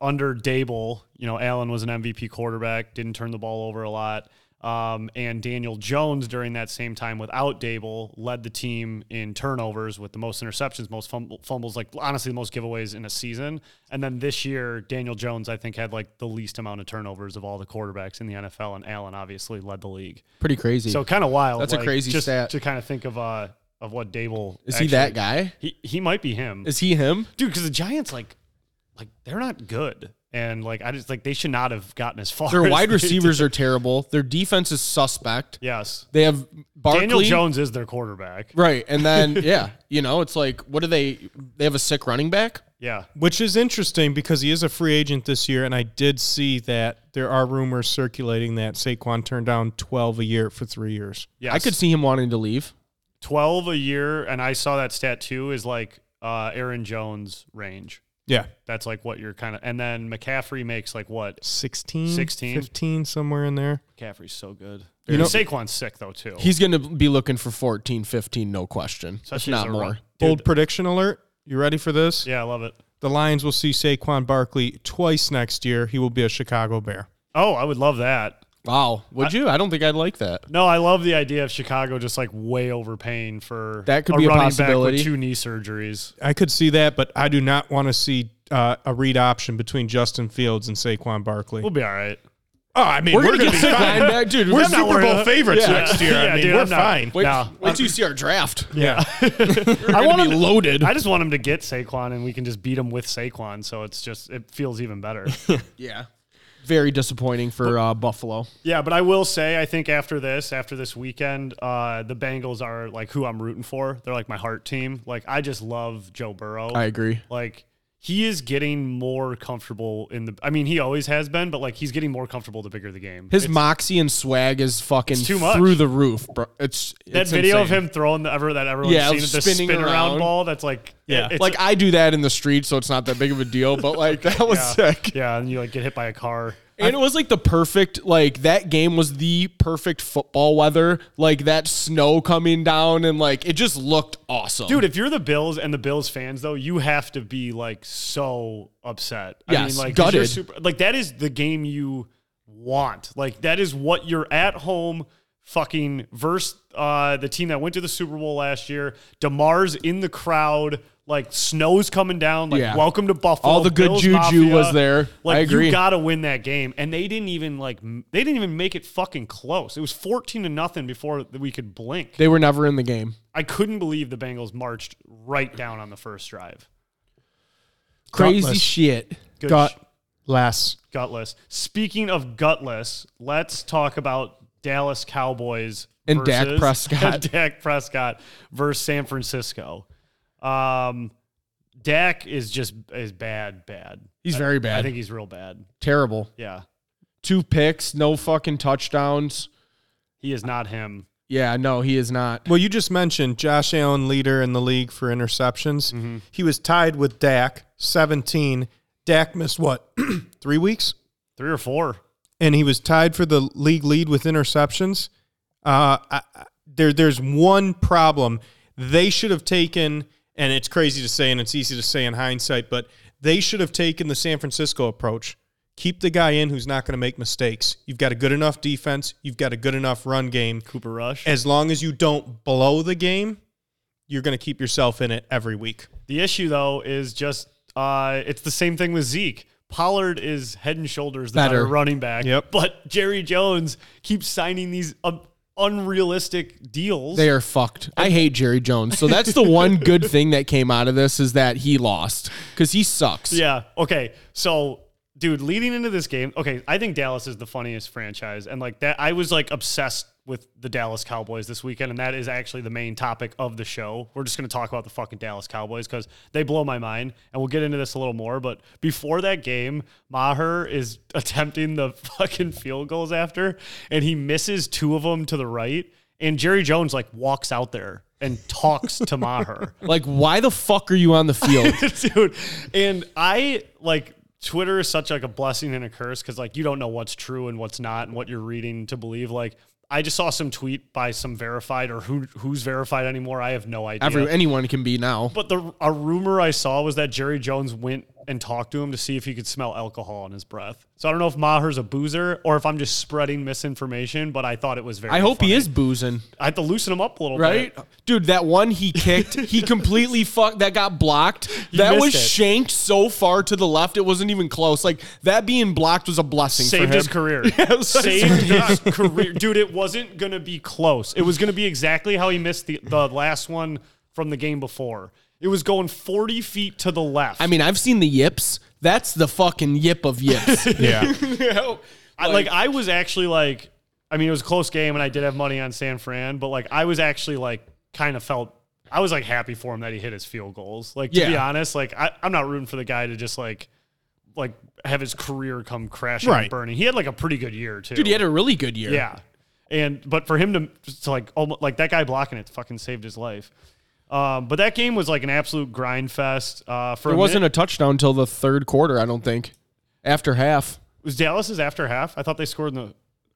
S4: under Dable, you know, Allen was an MVP quarterback, didn't turn the ball over a lot. Um, and Daniel Jones, during that same time without Dable, led the team in turnovers with the most interceptions, most fumble, fumbles, like honestly, the most giveaways in a season. And then this year, Daniel Jones, I think, had like the least amount of turnovers of all the quarterbacks in the NFL. And Allen obviously led the league.
S5: Pretty crazy.
S4: So kind of wild.
S5: That's a
S4: like,
S5: crazy
S4: just
S5: stat.
S4: To kind of think of, uh, of what Dable
S5: is he that
S4: actually-
S5: guy?
S4: He, he might be him
S5: Is he him?
S4: dude because the giants like like they're not good and like i just like they should not have gotten as far
S5: Their
S4: as
S5: wide
S4: they
S5: receivers
S4: did.
S5: are terrible. Their defense is suspect.
S4: yes
S5: They have Barkley.
S4: daniel jones is their quarterback
S5: Right. And then, yeah, you know, it's like, what do they? They have a sick running back.
S4: yeah
S6: Which is interesting because he is a free agent this year, and I did see that there are rumors circulating that Saquon turned down twelve a year for three years.
S4: yeah
S5: I could see him wanting to leave.
S4: 12 a year and i saw that stat too is like uh aaron jones range
S6: Yeah.
S4: That's like what you're kind of. And then McCaffrey makes like what?
S6: 16,
S4: 16.
S6: 15, somewhere in there.
S4: McCaffrey's so good.
S6: You
S4: And
S6: know-
S4: Saquon's sick though too.
S5: He's going to be looking for 14, 15, no question. if
S4: as
S5: not
S4: a
S5: more.
S4: run- Dude,
S6: Bold prediction alert. You ready for this?
S4: Yeah, I love it.
S6: The Lions will see Saquon Barkley twice next year. He will be a Chicago Bear.
S4: Oh, I would love that.
S5: Wow. Would you? I don't think I'd like that.
S4: No, I love the idea of Chicago just like way overpaying for
S5: That could be a
S4: running back
S5: possibility.
S4: with two knee surgeries.
S6: I could see that, but I do not want to see uh, a read option between Justin Fields and Saquon Barkley.
S4: We'll be all right.
S6: oh, I mean,
S5: We're, going to get sick linebacker. Dude,
S6: We're
S5: I'm not
S6: Super
S5: worried
S6: Bowl
S5: about-
S6: favorites
S5: Yeah.
S6: next year. I
S4: Yeah,
S6: mean,
S4: dude,
S6: we're
S4: I'm not-
S6: fine.
S5: Wait,
S4: No.
S5: wait till you see our draft.
S6: yeah.
S4: I want
S5: We're
S4: him
S5: be loaded.
S4: I just want him to get Saquon, and we can just beat him with Saquon. So it's just it feels even better.
S5: yeah. Very disappointing for uh, Buffalo.
S4: yeah, but I will say, I think after this, after this weekend, uh, the Bengals are like who I'm rooting for. They're like my heart team. Like I just love Joe Burrow.
S5: I agree.
S4: Like he is getting more comfortable in the. I mean, he always has been, but like he's getting more comfortable the bigger the game.
S5: His moxie and swag is fucking
S4: too much.
S5: through the roof, bro. It's
S4: that
S5: it's
S4: video
S5: insane.
S4: of him throwing the ever that everyone's
S5: Yeah,
S4: seen the
S5: spinning
S4: spin around.
S5: around.
S4: ball. That's like
S6: Yeah.
S4: it- it's
S5: like I do that in the street, so it's not that big of a deal. But like that was sick,
S4: yeah, and you like get hit by a car.
S5: and it was like the perfect like that game was the perfect football weather. Like that snow coming down and like it just looked awesome,
S4: Dude, if you're the Bills and the Bills fans, though, you have to be like so upset. I
S5: Yes,
S4: mean, like 'cause you're
S5: gutted.
S4: super- like that is the game you want. Like that is what you're at home fucking versus uh, the team that went to the Super Bowl last year. Demar's in the crowd. Like snow's coming down. Like
S5: Yeah.
S4: welcome to Buffalo.
S5: All the good
S4: Bills
S5: juju
S4: Mafia.
S5: was there.
S4: Like
S5: I agree.
S4: you gotta win that game, and they didn't even like m- they didn't even make it fucking close. It was fourteen to nothing before we could blink.
S5: they were never in the game.
S4: I couldn't believe the Bengals marched right down on the first drive.
S5: Crazy
S6: Gutless.
S5: shit.
S4: Good sh-
S6: Got less.
S4: gutless. Speaking of gutless, let's talk about Dallas Cowboys
S5: And Dak
S4: versus-
S5: Prescott.
S4: and Dak Prescott versus San Francisco. Um, Dak is just is bad, bad.
S5: He's very bad.
S4: I think he's real bad.
S5: Terrible.
S4: Yeah,
S5: Two picks, no fucking touchdowns.
S4: he is not him.
S5: Yeah, no, he is not.
S6: Well, you just mentioned Josh Allen, leader in the league for interceptions. He was tied with Dak, 17. Dak missed what, three weeks?
S4: Three or four.
S6: and he was tied for the league lead with interceptions. Uh, I, I- there, there's one problem. They should have taken, and it's crazy to say, and it's easy to say in hindsight, but they should have taken the San Francisco approach. Keep the guy in who's not going to make mistakes. You've got a good enough defense. You've got a good enough run game.
S4: Cooper Rush.
S6: As long as you don't blow the game, you're going to keep yourself in it every week.
S4: The issue though is just uh, it's the same thing with Zeke. Pollard is head and shoulders the better,
S5: Better.
S4: running back.
S6: Yep.
S4: But Jerry Jones keeps signing these um, unrealistic deals.
S5: They are fucked. I hate Jerry Jones. So that's the one good thing that came out of this is that he lost because he sucks.
S4: yeah. Okay. So, dude, leading into this game, okay, I think Dallas is the funniest franchise, and like that, I was like obsessed with the Dallas Cowboys this weekend, and that is actually the main topic of the show. We're just gonna talk about the fucking Dallas Cowboys because they blow my mind, and we'll get into this a little more. But before that game, Maher is attempting the fucking field goals after, and he misses two of them to the right, and Jerry Jones like walks out there. And talks to Maher.
S5: Like, why the fuck are you on the field?
S4: dude and i like twitter is such like a blessing and a curse because like you don't know what's true and what's not and what you're reading to believe like i just saw some tweet by some verified or who who's verified anymore i have no idea
S5: Every, Anyone can be now.
S4: but the a rumor i saw was that jerry jones went and talked to him to see if he could smell alcohol in his breath so i don't know if maher's a boozer or if i'm just spreading misinformation but i thought it was very
S5: I hope
S4: funny.
S5: he is boozing,
S4: i have to loosen him up a little
S5: right?
S4: bit
S5: Dude, that one he kicked, he completely fucked. That got blocked. that
S4: missed
S5: was
S4: it.
S5: shanked so far to the left, it wasn't even close. Like, that being blocked was a blessing for
S4: Saved
S5: him.
S4: his career. Saved his career. Dude, it wasn't going to be close. It was going to be exactly how he missed the, the last one from the game before. It was going 40 feet to the left.
S5: I mean, I've seen the yips. That's the fucking yip of yips.
S6: Yeah.
S4: I, like, I was actually like, I mean, it was a close game and I did have money on San Fran, but like, I was actually like, kind of felt, I was like happy for him that he hit his field goals. Like, to be
S5: Yeah.
S4: honest, like, I, I'm not rooting for the guy to just like, like have his career come crashing
S6: Right.
S4: and burning. He had like a pretty good year too.
S5: Dude, he had a really good year.
S4: Yeah, and but for him to, to like almost like that guy blocking it fucking saved his life. Um, but that game was like an absolute grind fest. Uh, for
S5: There
S4: a
S5: wasn't
S4: minute-
S5: a touchdown until the third quarter, I don't think. After half.
S4: was Dallas's after half. I thought they scored in the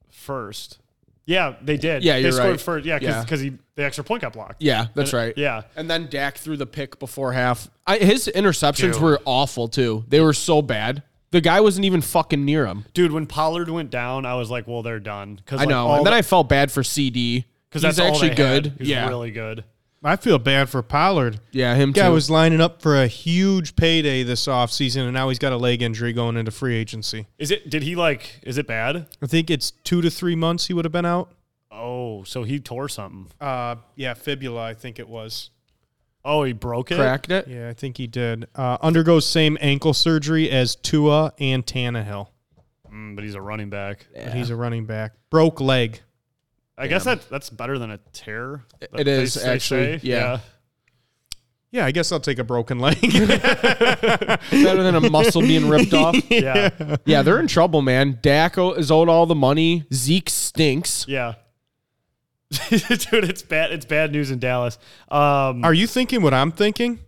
S4: first. Yeah, they did.
S5: Yeah, you're
S4: they scored
S5: right.
S4: first. Yeah,
S5: Yeah.
S4: because he the extra point got blocked.
S5: Yeah, that's right.
S4: uh, yeah.
S5: And then Dak threw the pick before half. I, his interceptions
S4: Dude.
S5: were awful too. They were so bad. The guy wasn't even fucking near him.
S4: dude. When Pollard went down, I was like, well, they're done. Cause,
S5: I
S4: like,
S5: know.
S4: all
S5: And then
S4: the-
S5: I felt bad for CD because
S4: that's all
S5: actually
S4: they had.
S5: good.
S4: He's
S5: yeah,
S4: really good.
S6: I feel bad for Pollard.
S5: yeah, him
S6: Guy
S5: too.
S6: was lining up for a huge payday this offseason, and now he's got a leg injury going into free agency.
S4: Is it? Did he like? Is it bad?
S6: I think it's two to three months he would have been out.
S4: Oh, so he tore something.
S6: Uh, yeah, fibula, I think it was.
S4: Oh, he broke it.
S5: cracked it.
S6: Yeah, I think he did. Uh, undergoes same ankle surgery as Tua and Tannehill.
S4: Mm, but he's a running back.
S6: But he's a running back. Broke leg.
S4: I guess that that's better than a tear. It is
S5: it is, actually. Yeah.
S6: Yeah, I guess I'll take a broken leg.
S5: Better than a muscle being ripped off.
S4: Yeah. Yeah. yeah.
S5: Yeah, they're in trouble, man. Dak o- is owed all the money. Zeke stinks.
S4: Dude, it's bad. It's bad news in Dallas. Um,
S6: Are you thinking what I'm thinking?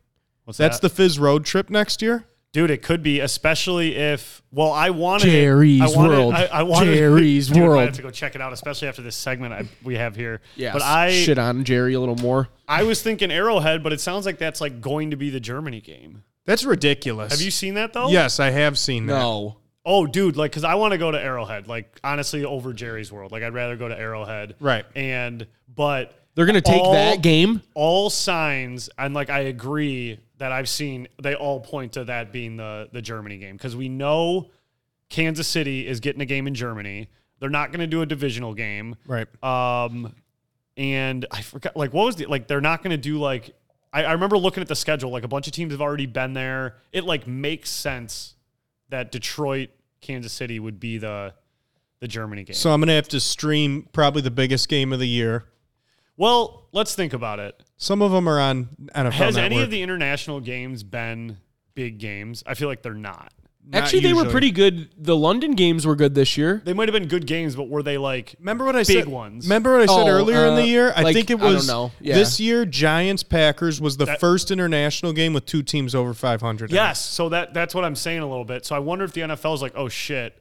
S4: what's
S6: That's
S4: that?
S6: the Fizz road trip next year.
S4: dude. It could be, especially if. Well, I wanted it-
S5: Jerry's
S4: I wanted,
S5: World.
S4: I, I wanted
S5: Jerry's
S4: dude, I might
S5: World.
S4: have to go check it out, especially after this segment I, we have here.
S5: Yeah,
S4: but I
S5: shit on Jerry a little more.
S4: I was thinking Arrowhead, but it sounds like that's like going to be the Germany game.
S6: That's ridiculous.
S4: Have you seen that though?
S6: Yes, I have seen that.
S5: No,
S4: Oh, dude, like, cause I want to go to Arrowhead. Like, honestly, over Jerry's World. Like, I'd rather go to Arrowhead.
S6: Right.
S4: And but
S5: they're gonna take
S4: all-
S5: that game.
S4: All signs and like I agree that I've seen they all point to that being the the Germany game because we know Kansas City is getting a game in Germany. They're not going to do a divisional game.
S6: Right.
S4: Um, and I forgot, like, what was the, like, they're not going to do, like, I, I remember looking at the schedule, like, a bunch of teams have already been there. It, like, makes sense that Detroit, Kansas City would be the, the Germany game.
S6: So I'm gonna have to stream probably the biggest game of the year.
S4: well, let's think about it.
S6: Some of them are on NFL
S4: Has
S6: Network.
S4: any of the international games been big games? I feel like they're not.
S6: Not
S5: Actually, they were
S6: usually.
S5: pretty good. The London games were good this year.
S4: They might have been good games, but were they, like,
S6: Remember what I
S4: Big
S6: said?
S4: ones.
S6: Remember what I said
S5: Oh,
S6: earlier in the
S5: uh,
S6: year? I
S5: like,
S6: think
S5: I
S6: it
S5: don't
S6: was
S5: know. Yeah.
S6: this year. Giants Packers was the
S4: That-
S6: first international game with two teams over 500.
S4: Yes. So that that's what I'm saying a little bit. So I wonder if the NFL is like, oh shit,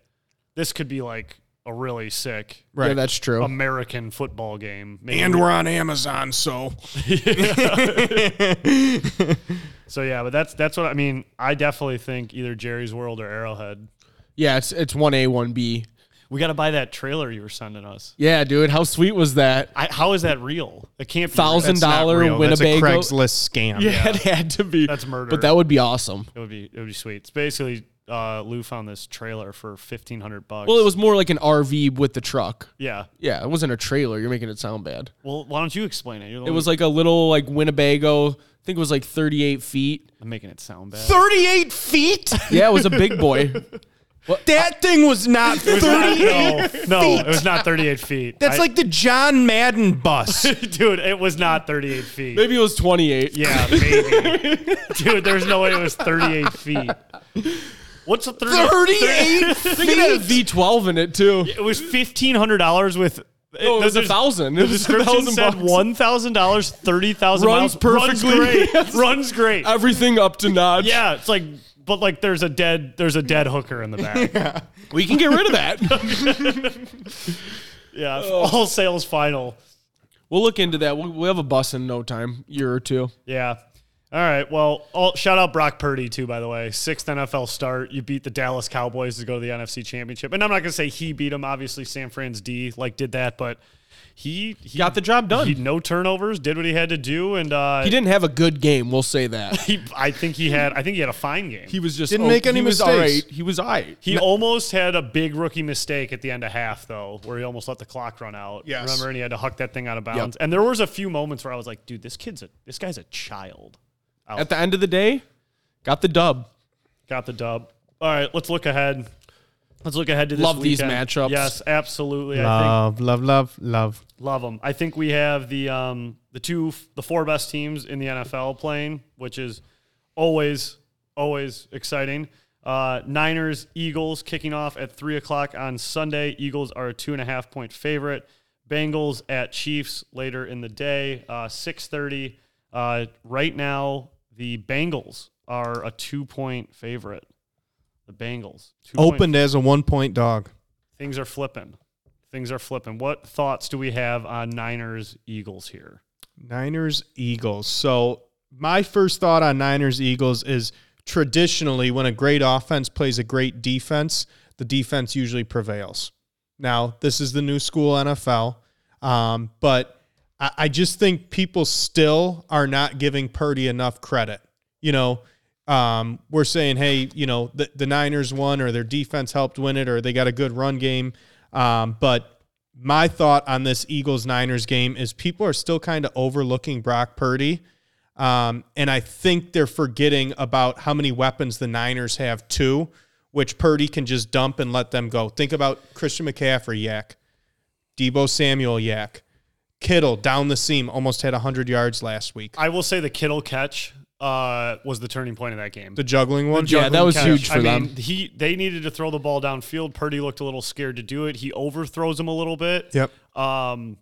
S4: this could be like a really sick
S5: Yeah, that's true.
S6: Um,
S4: American football game. Maybe
S6: And we're on Amazon, so
S4: so yeah, but that's that's what I mean. I definitely think either Jerry's World or Arrowhead.
S5: yeah, it's it's one A, one B.
S4: We got to buy that trailer you were sending us.
S5: Yeah, dude, how sweet was that?
S4: I, how is that real? It can't be real.
S5: Thousand
S6: It's not
S5: dollar
S6: real. That's a
S5: Winnebago.
S6: Craigslist scam.
S5: Yeah, it had to be.
S4: That's murder.
S5: But that would be awesome.
S4: It would be it would be sweet. It's basically uh, Lou found this trailer for fifteen hundred bucks.
S5: Well, it was more like an RV with the truck.
S4: yeah.
S5: Yeah, it wasn't a trailer. You're making it sound bad.
S4: Well, why don't you explain it? You're the
S5: It was like a little like Winnebago. I think it was like 38 feet.
S4: I'm making it sound bad.
S6: 38 feet?
S5: Yeah, it was a big boy.
S6: That thing was not 38.
S4: No, no, it was not 38 feet.
S6: That's
S4: I-
S6: like the John Madden bus.
S4: dude, it was not 38 feet.
S5: Maybe it was 28.
S4: Yeah, maybe. dude, there's no way it was 38 feet. What's a 30,
S5: 38 feet. It had a V12 in it too.
S4: It was fifteen hundred dollars with.
S5: No, Oh, it was
S4: the
S5: a thousand. It was a
S4: description
S5: thousand
S4: said
S5: bucks.
S4: one thousand dollars, thirty thousand
S5: Runs
S4: miles.
S5: perfectly.
S4: Runs great.
S5: Yes.
S4: Runs great.
S5: Everything up to notch.
S4: yeah, it's like, but like, there's a dead, there's a dead hooker in the back. Yeah,
S5: we can get rid of that.
S4: all sales final.
S5: we'll look into that. We'll, we'll have a bus in no time, year or two.
S4: Yeah. All right. Well, all, shout out Brock Purdy too. By the way, sixth NFL start. You beat the Dallas Cowboys to go to the NFC Championship, and I'm not going to say he beat him. Obviously, San Fran's D like did that, but he he
S5: Got the job done.
S4: he,
S5: He,
S4: no turnovers, did what he had to do, and uh,
S5: didn't have a good game. We'll say that.
S4: he, I think he had I think he had a fine game.
S5: He was just oh,
S6: Didn't make any
S5: he was
S6: mistakes.
S5: alright. He was all right.
S4: He almost had a big rookie mistake at the end of half, though, where he almost let the clock run out.
S6: Yes.
S4: Remember, and he had to huck that thing out of bounds. And there was a few moments where I was like, "Dude, this kid's a this guy's a child."
S5: At the end of the day, got the dub.
S4: Got the dub. All right, let's look ahead. Let's look ahead to this
S5: Love these
S4: weekend.
S5: matchups.
S4: Yes, absolutely. I
S6: Love, love, love, love.
S4: think love them. I think we have the um, the two the four best teams in the NFL playing, which is always always exciting. Uh, Niners Eagles kicking off at three o'clock on Sunday. Eagles are a two and a half point favorite. Bengals at Chiefs later in the day, uh, six thirty. Uh, Uh, right now, the Bengals are a two point favorite. The Bengals. Two point-
S6: Opened as a one point dog.
S4: Things are flipping. Things are flipping. What thoughts do we have on Niners Eagles here?
S6: Niners Eagles. So my first thought on Niners Eagles is traditionally when a great offense plays a great defense, the defense usually prevails. Now this is the new school NFL, um, but I, I just think people still are not giving Purdy enough credit. You know, um, we're saying, hey, you know, the, the Niners won or their defense helped win it or they got a good run game, um, but my thought on this Eagles Niners game is people are still kind of overlooking Brock Purdy. Um, and I think they're forgetting about how many weapons the Niners have too, which Purdy can just dump and let them go. Think about Christian McCaffrey, yak. Debo Samuel, yak. Kittle down the seam almost had 100 yards last week.
S4: I will say the Kittle catch uh, was the turning point of that game.
S6: The juggling one?
S5: Yeah, that was
S4: catch.
S5: huge for
S4: I
S5: them.
S4: Mean, he they needed to throw the ball downfield. Purdy looked a little scared to do it. He overthrows him a little bit.
S6: Yep.
S4: Um,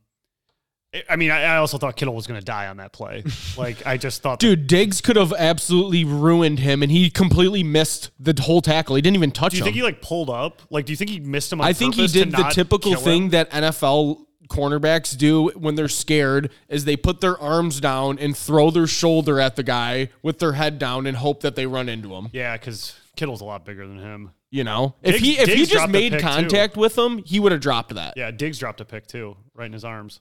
S4: I- I mean, I, I also thought Kittle was going to die on that play. like, I just thought,
S5: Dude, Diggs could have absolutely ruined him, and he completely missed the whole tackle. He didn't even touch
S4: Do you
S5: him.
S4: think he like pulled up? Like, do you think he missed him? On
S5: I think he
S4: purpose to
S5: did the
S4: not
S5: typical
S4: kill him?
S5: thing that NFL cornerbacks do when they're scared is they put their arms down and throw their shoulder at the guy with their head down and hope that they run into him.
S4: Yeah, because Kittle's a lot bigger than him.
S5: You know? if
S4: Diggs-
S5: he if he
S4: Diggs
S5: just
S4: dropped the
S5: made
S4: pick, too.
S5: contact with him, he would have dropped that.
S4: Yeah, Diggs dropped a pick too, right in his arms.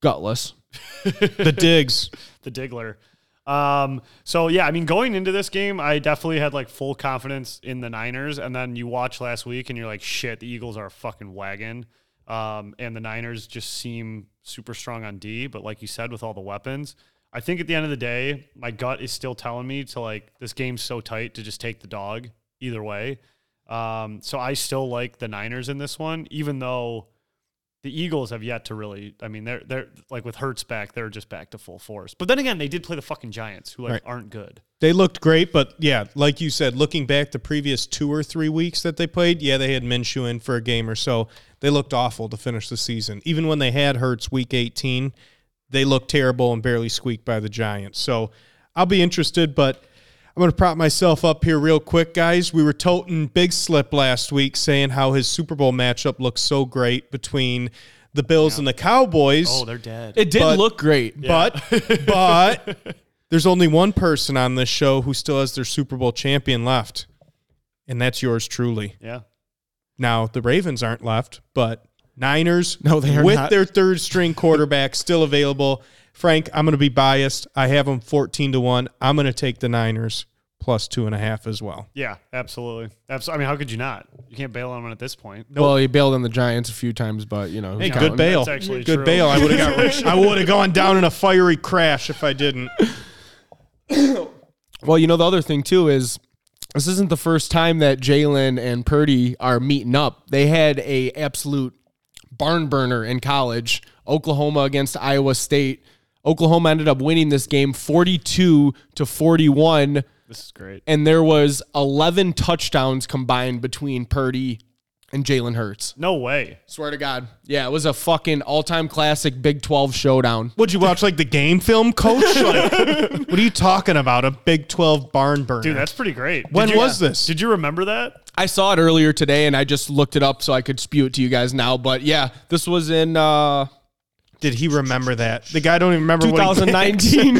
S5: Gutless.
S6: The digs.
S4: the Diggler. Um, so yeah, I mean, going into this game, I definitely had like full confidence in the Niners, and then you watch last week, and you're like, shit, the Eagles are a fucking wagon, um, and the Niners just seem super strong on D. But like you said, with all the weapons, I think at the end of the day, my gut is still telling me to like this game's so tight to just take the dog either way. Um, so I still like the Niners in this one, even though the Eagles have yet to really. I mean, they're they're like with Hertz back, they're just back to full force. But then again, they did play the fucking Giants, who like
S6: Right.
S4: aren't good.
S6: They looked great, but yeah, like you said, looking back the previous two or three weeks that they played, yeah, they had Minshew in for a game or so. They looked awful to finish the season. Even when they had Hurts week 18, they looked terrible and barely squeaked by the Giants. So I'll be interested, but I'm going to prop myself up here real quick, guys. We were toting Big Slip last week saying how his Super Bowl matchup looked so great between the Bills and the Cowboys.
S4: Oh, they're dead.
S5: It did
S6: But-
S5: look great.
S6: But but there's only one person on this show who still has their Super Bowl champion left, and that's yours truly.
S4: yeah,
S6: Now the Ravens aren't left, but Niners
S5: No, they are
S6: with
S5: not.
S6: their third string quarterback still available. Frank, I'm going to be biased. I have them 14 to one. I'm going to take the Niners plus two and a half as well.
S4: yeah, absolutely. Abs- I mean, how could you not? You can't bail on one at this point.
S5: Well, he bailed on the Giants a few times, but you know,
S4: Yeah,
S5: who's
S6: Hey, good
S5: counting?
S6: bail.
S4: that's actually
S6: good
S4: true.
S6: bail. I would have got. rich. I would have gone down in a fiery crash if I didn't.
S5: Well, you know, the other thing too is this isn't the first time that Jalen and Purdy are meeting up. They had a absolute barn burner in college, Oklahoma against Iowa State. Oklahoma ended up winning this game 42 to 41
S4: This is great.
S5: and there was 11 touchdowns combined between Purdy and Jalen Hurts.
S4: No way.
S5: Swear to God. Yeah, it was a fucking all-time classic Big 12 showdown.
S6: Would you watch like the game film, Coach? Like, what are you talking about? A Big Twelve barn burner,
S4: Dude, that's pretty great. Did
S6: When
S4: you-
S6: was this?
S4: Did you remember that?
S5: I saw it earlier today and I just looked it up so I could spew it to you guys now. But yeah, this was in uh,
S6: Did he remember that? The guy don't even remember what he-
S5: 2019.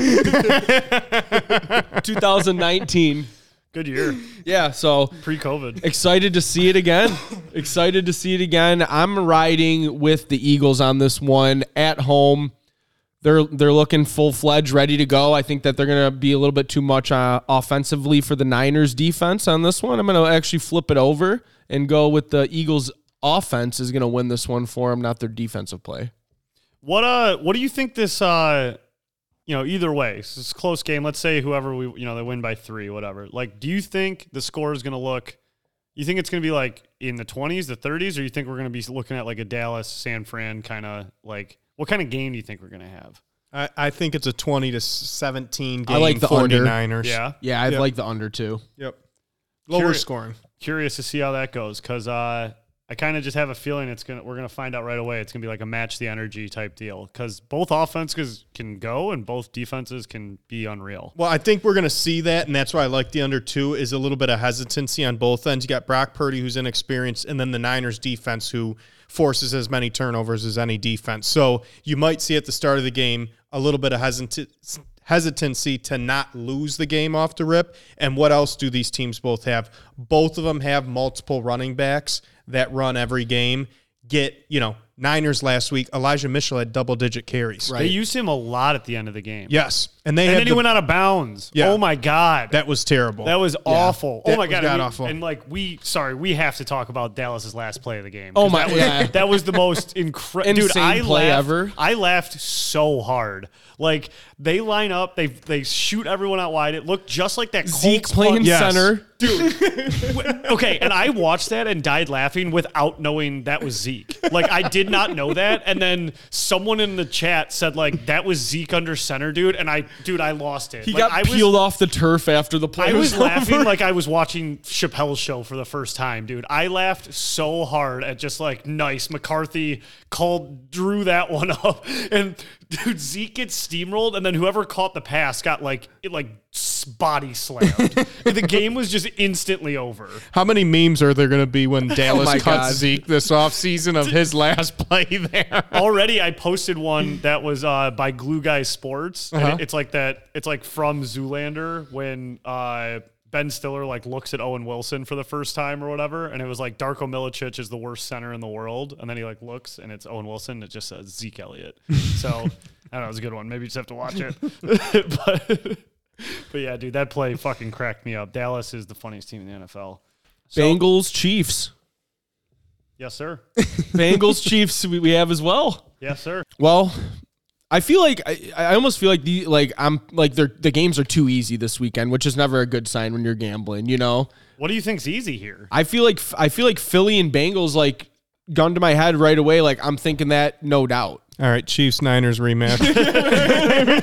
S5: 2019.
S4: Good year,
S5: Yeah, so
S4: pre-COVID.
S5: excited to see it again. excited to see it again. I'm riding with the Eagles on this one at home. They're they're looking full fledged, ready to go. I think that they're going to be a little bit too much uh, offensively for the Niners defense on this one. I'm going to actually flip it over and go with the Eagles offense is going to win this one for them, not their defensive play.
S4: What uh? What do you think this uh? You know, either way, so it's a close game. Let's say whoever we, you know, they win by three, whatever. Like, do you think the score is going to look? You think it's going to be like in the twenties, the thirties, or you think we're going to be looking at like a Dallas, San Fran kind of like what kind of game do you think we're going to have?
S6: I, I think it's a twenty to seventeen game.
S5: I like the under.
S6: 49ers.
S4: Yeah,
S5: Yeah, I'd
S6: Yeah.
S5: like the under too.
S6: Yep. Lower
S4: Curi-
S6: scoring.
S4: curious to see how that goes because uh, I kind of just have a feeling it's gonna we're gonna find out right away. It's gonna be like a match the energy type deal because both offenses can go and both defenses can be unreal.
S6: Well, I think we're going to see that, and that's why I like the under two is a little bit of hesitancy on both ends. You got Brock Purdy, who's inexperienced, and then the Niners defense, who forces as many turnovers as any defense. So you might see at the start of the game a little bit of hesitancy. Hesitancy to not lose the game off the rip. And what else do these teams both have? Both of them have multiple running backs that run every game. Get, you know, Niners last week, Elijah Mitchell had double digit carries.
S4: They use him a lot at the end of the game.
S6: Yes. And they
S4: and
S6: have
S4: then
S6: the-
S4: he went out of bounds.
S6: Yeah.
S4: Oh my god,
S6: That was terrible.
S4: That was awful.
S6: That
S4: oh my
S6: was
S4: god,
S6: god
S4: and, we-
S6: awful.
S4: and like we, sorry, we have to talk about Dallas's last play of the game.
S5: Oh
S4: 'cause
S5: my-
S4: that was,
S5: yeah.
S4: that was the most incredible dude.
S5: Insane
S4: I
S5: play
S4: laughed,
S5: ever.
S4: I laughed so hard. Like they line up, they they shoot everyone out wide. It looked just like that
S5: Zeke
S4: Colts
S5: playing
S4: punt-
S5: center.
S4: okay, and I watched that and died laughing without knowing that was Zeke. Like I did not know that, and then someone in the chat said like that was Zeke under center, dude. And I, dude, I lost it.
S5: He
S4: like,
S5: got
S4: I was-
S5: peeled off the turf after the play.
S4: I was
S5: over.
S4: laughing like I was watching Chappelle's show for the first time, dude. I laughed so hard at just like nice McCarthy called drew that one up, and dude Zeke gets steamrolled, and then whoever caught the pass got like it like s- body slammed. the game was just instantly over.
S6: How many memes are there going to be when Dallas
S5: Oh my
S6: cuts
S5: God.
S6: Zeke this offseason of his last play there?
S4: Already, I posted one that was uh, by Glue Guy Sports. and it- it's like that. It's like from Zoolander when uh, Ben Stiller like looks at Owen Wilson for the first time or whatever, and it was like Darko Milicic is the worst center in the world, and then he like looks and it's Owen Wilson. It just says Zeke Elliott. So I don't know. It was a good one. Maybe you just have to watch it. but but yeah, dude, that play fucking cracked me up. Dallas is the funniest team in the NFL.
S5: Bengals Chiefs.
S4: Yes, sir.
S5: Bengals Chiefs we, we have as well.
S4: Yes, sir.
S5: Well, I feel like I, I almost feel like the like I'm like they're, the games are too easy this weekend, which is never a good sign when you're gambling. You know,
S4: What do you think's easy here?
S5: I feel like I feel like Philly and Bengals like gun to my head right away. Like I'm thinking that no doubt.
S6: All right, Chiefs Niners rematch.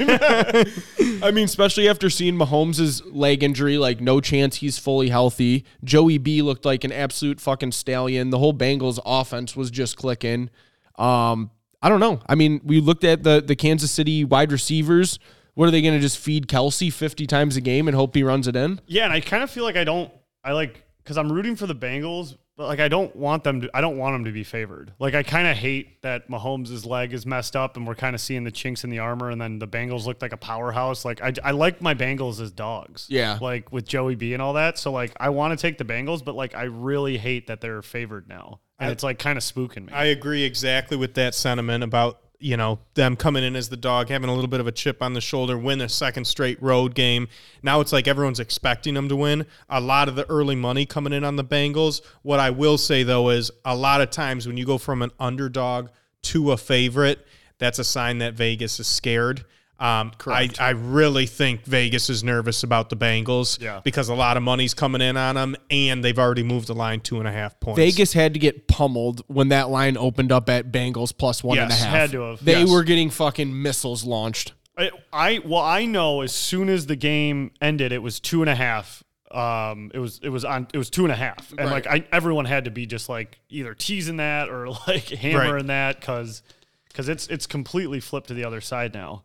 S5: I mean, especially after seeing Mahomes' leg injury, like no chance he's fully healthy. Joey B looked like an absolute fucking stallion. The whole Bengals offense was just clicking. Um, I don't know. I mean, we looked at the the Kansas City wide receivers. What are they going to just feed Kelsey 50 times a game and hope he runs it in?
S4: Yeah, and I kind of feel like I don't. I like because I'm rooting for the Bengals, but like I don't want them to. I don't want them to be favored. Like I kind of hate that Mahomes' leg is messed up, and we're kind of seeing the chinks in the armor. And then the Bengals looked like a powerhouse. Like I, I like my Bengals as dogs.
S5: Yeah.
S4: like with Joey B and all that. So like I want to take the Bengals, but like I really hate that they're favored now, and it's like kind of spooking me.
S6: I agree exactly with that sentiment about, you know, them coming in as the dog, having a little bit of a chip on the shoulder, win their second straight road game. Now it's like everyone's expecting them to win. A lot of the early money coming in on the Bengals. What I will say though is a lot of times when you go from an underdog to a favorite, that's a sign that Vegas is scared. Um, Correct. I, I really think Vegas is nervous about the Bengals
S4: Yeah.
S6: because a lot of money's coming in on them, and they've already moved the line two and a half points.
S5: Vegas had to get pummeled when that line opened up at Bengals plus one and a
S4: Yes,
S5: half.
S4: had to have.
S5: They
S4: Yes.
S5: were getting fucking missiles launched.
S4: I, I well, I know as soon as the game ended, it was two and a half. Um, it was it was on it was two and a half, and like I, everyone had to be just like either teasing that or like hammering that because because it's it's completely flipped to the other side now.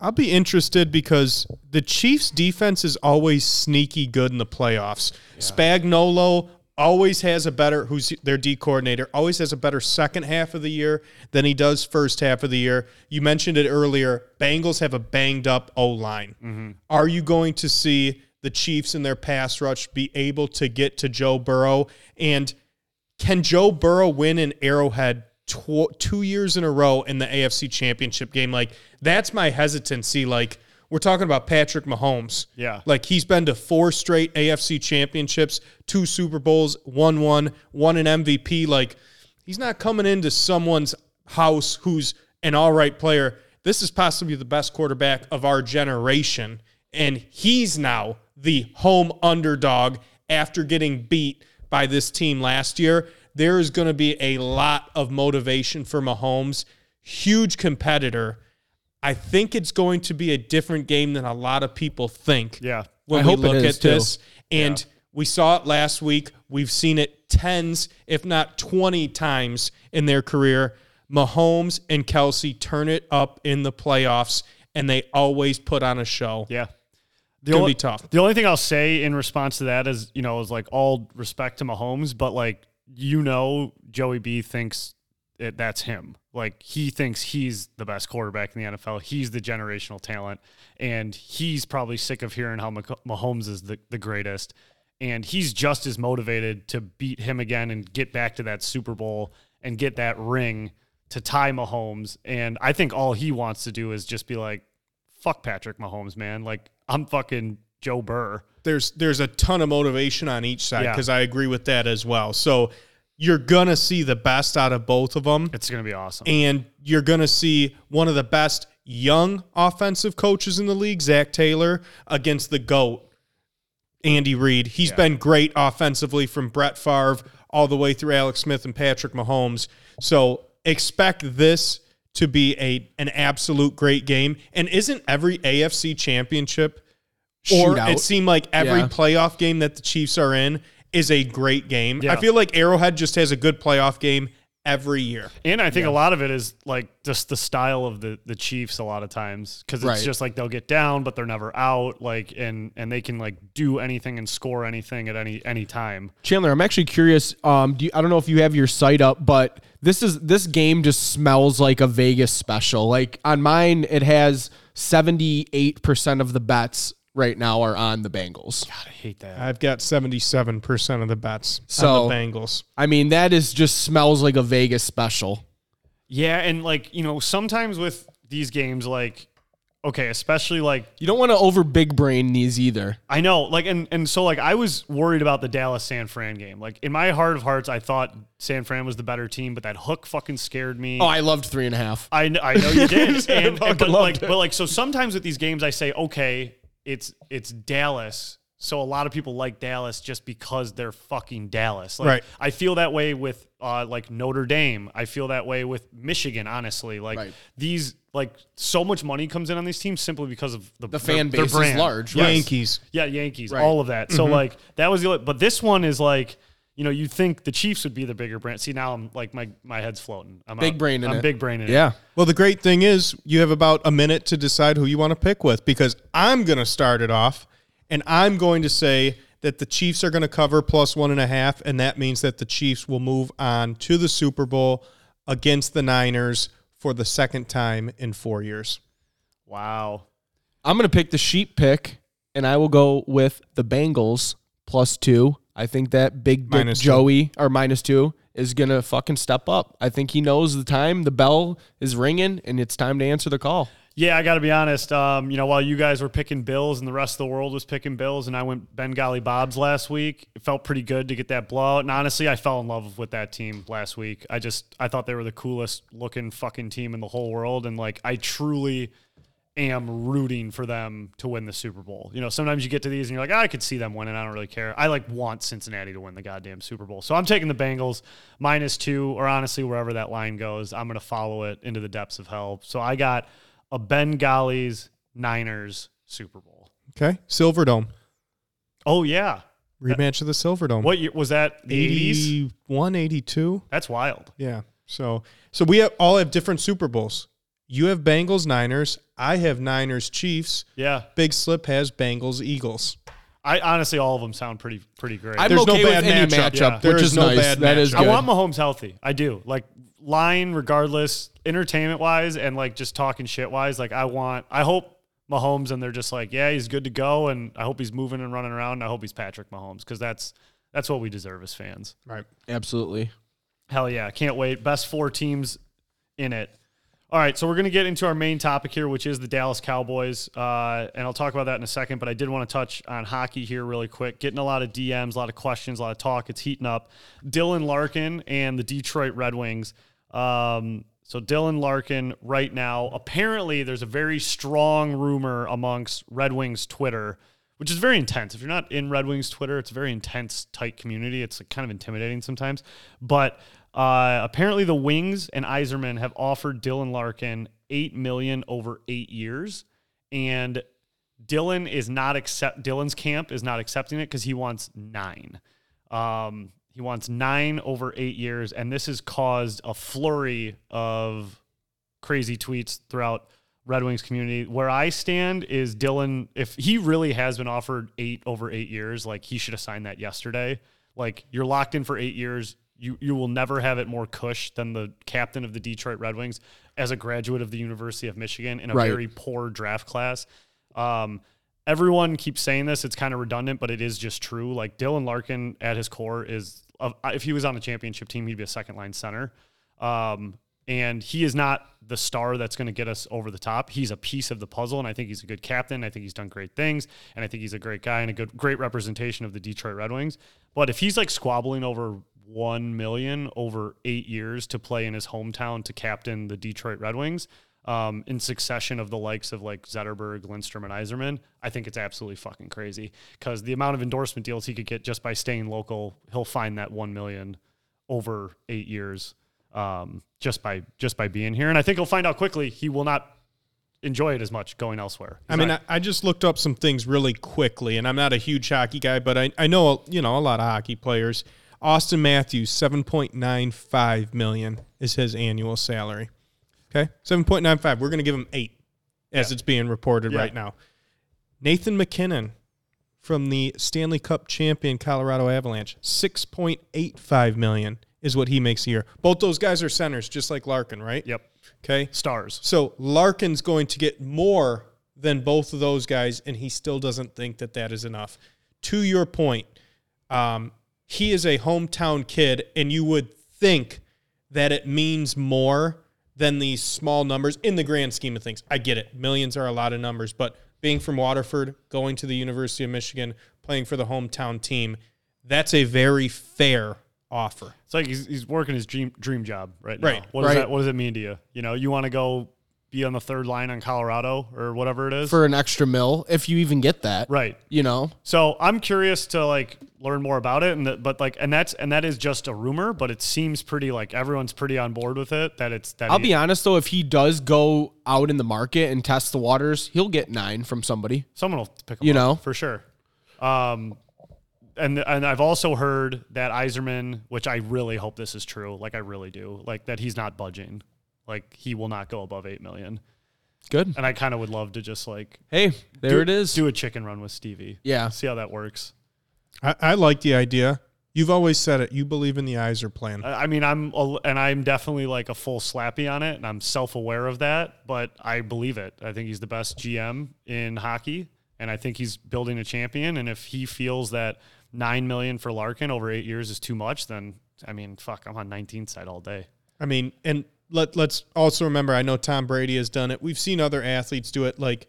S6: I'll be interested because the Chiefs' defense is always sneaky good in the playoffs. Spagnolo always has a better who's their D coordinator always has a better second half of the year than he does first half of the year. You mentioned it earlier. Bengals have a banged up O line. Are you going to see the Chiefs in their pass rush be able to get to Joe Burrow and? can Joe Burrow win an Arrowhead tw- two years in a row in the AFC Championship game? Like that's my hesitancy. Like we're talking about Patrick Mahomes.
S4: Yeah.
S6: Like he's been to four straight AFC championships, two Super Bowls, one one, won an MVP. Like he's not coming into someone's house who's an all right player. This is possibly the best quarterback of our generation. And he's now the home underdog after getting beat by this team last year. There is going to be a lot of motivation for Mahomes. Huge competitor. I think it's going to be a different game than a lot of people think
S4: Yeah,
S6: when
S5: I
S6: we
S5: hope it
S6: look
S5: is,
S6: at
S5: too.
S6: this. And we saw it last week. We've seen it tens, if not 20 times in their career. Mahomes and Kelsey turn it up in the playoffs, and they always put on a show.
S4: Yeah. The
S6: Gonna
S4: only,
S6: be tough.
S4: The only thing I'll say in response to that is, you know, is like all respect to Mahomes, but like you know, Joey B thinks it, that's him. Like he thinks he's the best quarterback in the NFL. He's the generational talent, and he's probably sick of hearing how Mah- Mahomes is the, the greatest. And he's just as motivated to beat him again and get back to that Super Bowl and get that ring to tie Mahomes. And I think all he wants to do is just be like, fuck Patrick Mahomes, man. Like I'm fucking Joe Burr.
S6: there's there's a ton of motivation on each side
S4: Yeah.
S6: because I agree with that as well. So you're gonna see the best out of both of them,
S4: It's gonna be awesome.
S6: and you're gonna see one of the best young offensive coaches in the league, Zach Taylor, against the goat, Andy Reid. He's been great offensively from Brett Favre all the way through Alex Smith and Patrick Mahomes. So expect this to be a an absolute great game. And isn't every AFC championship or
S5: Shootout.
S6: it seemed like every
S5: Yeah.
S6: playoff game that the Chiefs are in is a great game.
S4: Yeah.
S6: I feel like Arrowhead just has a good playoff game every year.
S4: And I think a lot of it is like just the style of the the Chiefs a lot of times because it's
S5: Right.
S4: just like they'll get down but they're never out like and and they can like do anything and score anything at any any time.
S5: Chandler, I'm actually curious. Um, do you, I don't know if you have your site up, but this is this game just smells like a Vegas special. Like on mine, it has 78 percent of the bets right now are on the Bengals.
S4: I hate that.
S6: I've got 77% of the bets
S5: So-
S6: on the Bengals.
S5: I mean, that is just smells like a Vegas special.
S4: Yeah, and like you know sometimes with these games like okay, especially like
S5: You don't want to over big brain these either.
S4: I know, like, and and so like I was worried about the Dallas San Fran game. Like in my heart of hearts, I thought San Fran was the better team, but that hook fucking scared me.
S5: Oh, I loved three and a half.
S4: I, kn- I know you did, and,
S5: fucking
S4: and- but like,
S5: loved
S4: but like, so sometimes with these games, I say, okay, it's it's Dallas, so a lot of people like Dallas just because they're fucking Dallas. Like,
S6: Right.
S4: I feel that way with uh, like Notre Dame. I feel that way with Michigan. Honestly, like
S5: Right.
S4: these, like so much money comes in on these teams simply because of the,
S5: The
S4: their-
S5: fan
S4: their
S5: base is
S4: brand.
S5: large. right?
S6: Yankees.
S4: Yeah, Yankees,
S5: Right. Mm-hmm.
S4: all of that. So like that was the only- but this one is like you know you think the Chiefs would be the bigger brand. See now I'm like my my head's floating. I'm
S5: Big
S4: out-
S5: brain in
S4: I'm
S5: it.
S4: big brain in it.
S5: Yeah.
S6: Well, the great thing is you have about a minute to decide who you want to pick with because I'm going to start it off and I'm going to say that the Chiefs are going to cover plus one and a half, and that means that the Chiefs will move on to the Super Bowl against the Niners for the second time in four years.
S4: Wow.
S5: I'm going to pick the sheep pick, and I will go with the Bengals plus two. I think that big dick
S6: Minus two.
S5: Joey or minus two is going to fucking step up. I think he knows the time the bell is ringing, and it's time to answer the call.
S4: Yeah, I got to be honest. Um, you know, while you guys were picking Bills and the rest of the world was picking Bills, and I went Bengali Bob's last week, it felt pretty good to get that blowout. And honestly, I fell in love with that team last week. I just I thought they were the coolest looking fucking team in the whole world, and like I truly am rooting for them to win the Super Bowl. You know, sometimes you get to these and you're like, "Ah, I could see them winning. I don't really care. I like want Cincinnati to win the goddamn Super Bowl. So I'm taking the Bengals minus two, or honestly, wherever that line goes, I'm going to follow it into the depths of hell. So I got a Bengalis Niners Super Bowl.
S6: Okay. Silverdome.
S4: Oh, yeah.
S6: Rematch of the Silverdome.
S4: What year was that? The 80s?
S6: 81, 82?
S4: That's wild.
S6: Yeah. So so we have, all have different Super Bowls. You have Bengals Niners. I have Niners Chiefs.
S4: Yeah.
S6: Big Slip has Bengals Eagles.
S4: I honestly, all of them sound pretty, pretty great.
S5: I'm
S6: There's
S5: okay
S6: no
S5: with
S6: bad
S5: any
S6: matchup.
S5: matchup,
S6: Yeah. There
S5: which
S6: is
S5: is,
S6: no
S5: nice.
S6: bad
S5: that is
S6: matchup.
S5: good.
S4: I want Mahomes healthy. I do. Like line regardless, entertainment wise, and like just talking shit wise. Like I want. I hope Mahomes and they're just like, yeah, he's good to go, and I hope he's moving and running around. And I hope he's Patrick Mahomes because that's that's what we deserve as fans.
S6: Right.
S5: Absolutely.
S4: Hell yeah, can't wait. Best four teams in it. All right, so we're going to get into our main topic here, which is the Dallas Cowboys, uh, and I'll talk about that in a second. But I did want to touch on hockey here really quick. Getting a lot of DMs, a lot of questions, a lot of talk. It's heating up. Dylan Larkin and the Detroit Red Wings. Um, so Dylan Larkin, right now, apparently there's a very strong rumor amongst Red Wings Twitter, which is very intense. If you're not in Red Wings Twitter, it's a very intense, tight community. It's like, kind of intimidating sometimes, but. Uh, apparently, the Wings and Iserman have offered Dylan Larkin eight million over eight years, and Dylan is not accept. Dylan's camp is not accepting it because he wants nine. Um, He wants nine over eight years, and this has caused a flurry of crazy tweets throughout Red Wings community. Where I stand is Dylan. If he really has been offered eight over eight years, like he should have signed that yesterday. Like you're locked in for eight years. You you will never have it more cush than the captain of the Detroit Red Wings as a graduate of the University of Michigan in a
S5: Right.
S4: very poor draft class. Um, everyone keeps saying this; it's kind of redundant, but it is just true. Like Dylan Larkin, at his core, is of if he was on a championship team, he'd be a second line center. Um, and he is not the star that's going to get us over the top. He's a piece of the puzzle, and I think he's a good captain. I think he's done great things, and I think he's a great guy and a good, great representation of the Detroit Red Wings. But if he's like squabbling over one million over eight years to play in his hometown to captain the Detroit Red Wings um, in succession of the likes of like Zetterberg, Lindstrom, and Iserman, I think it's absolutely fucking crazy because the amount of endorsement deals he could get just by staying local, he'll find that one million over eight years um, just by just by being here. And I think he'll find out quickly he will not enjoy it as much going elsewhere.
S6: I mean, I, I just looked up some things really quickly, and I'm not a huge hockey guy, but I, I know you know a lot of hockey players. Austin Matthews, seven point nine five million is his annual salary. Okay, seven point nine five. We're going to give him eight, as it's being reported
S4: Yeah.
S6: right now. Nathan McKinnon from the Stanley Cup champion Colorado Avalanche, six point eight five million is what he makes a year. Both those guys are centers, just like Larkin, right?
S4: yep,
S6: Okay.
S4: stars.
S6: So Larkin's going to get more than both of those guys, and he still doesn't think that that is enough. To your point, um, he is a hometown kid, and you would think that it means more than these small numbers in the grand scheme of things. I get it. Millions are a lot of numbers, but being from Waterford, going to the University of Michigan, playing for the hometown team, that's a very fair offer.
S4: It's like he's, he's working his dream dream job right now.
S6: Right,
S4: What does
S6: right.
S4: that What does it mean to you? You know, you want to go be on the third line on Colorado or whatever it is.
S5: for an extra mill if you even get that.
S4: right.
S5: You know,
S4: So I'm curious to like learn more about it, and the, but like, and that's and that is just a rumor, but it seems pretty like everyone's pretty on board with it. That it's that
S5: I'll
S4: he-
S5: be honest though, if he does go out in the market and test the waters, he'll get nine from somebody.
S4: someone will pick them
S5: You
S4: up,
S5: know?
S4: for sure. Um, and and I've also heard that Iserman, which I really hope this is true, like I really do, like that he's not budging, like he will not go above eight million.
S6: Um,
S5: Good.
S4: And I kind of would love to just like
S5: Hey, there
S4: do-
S5: it is.
S4: do a chicken run with Stevie,
S5: Yeah.
S4: see how that works.
S6: I, I like the idea. You've always said it. You believe in the Iser plan.
S4: I I mean, I'm a, and I'm definitely like a full slappy on it, and I'm self aware of that. But I believe it. I think he's the best GM in hockey, and I think he's building a champion. And if he feels that nine million for Larkin over eight years is too much, then I mean, fuck, I'm on 19th side all day.
S6: I mean, and let let's also remember. I know Tom Brady has done it. We've seen other athletes do it. Like,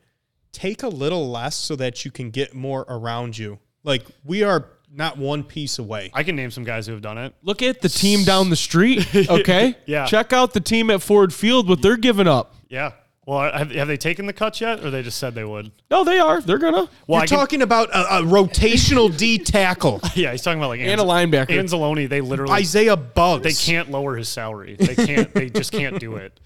S6: take a little less so that you can get more around you. Like, we are not one piece away.
S4: I can name some guys who have done it.
S5: Look at the team down the street. Okay.
S4: Yeah.
S5: Check out the team at Ford Field, what they're giving up.
S4: Yeah. Well, have, have they taken the cuts yet, or they just said they would?
S5: No, they are. They're gonna.
S4: Well, I
S6: You're
S4: can-
S6: talking about a, a rotational D tackle,
S4: yeah, he's talking about like
S5: And a linebacker.
S4: Anzalone. They literally
S6: Isaiah Bugs.
S4: they can't lower his salary. They can't. they just can't do it.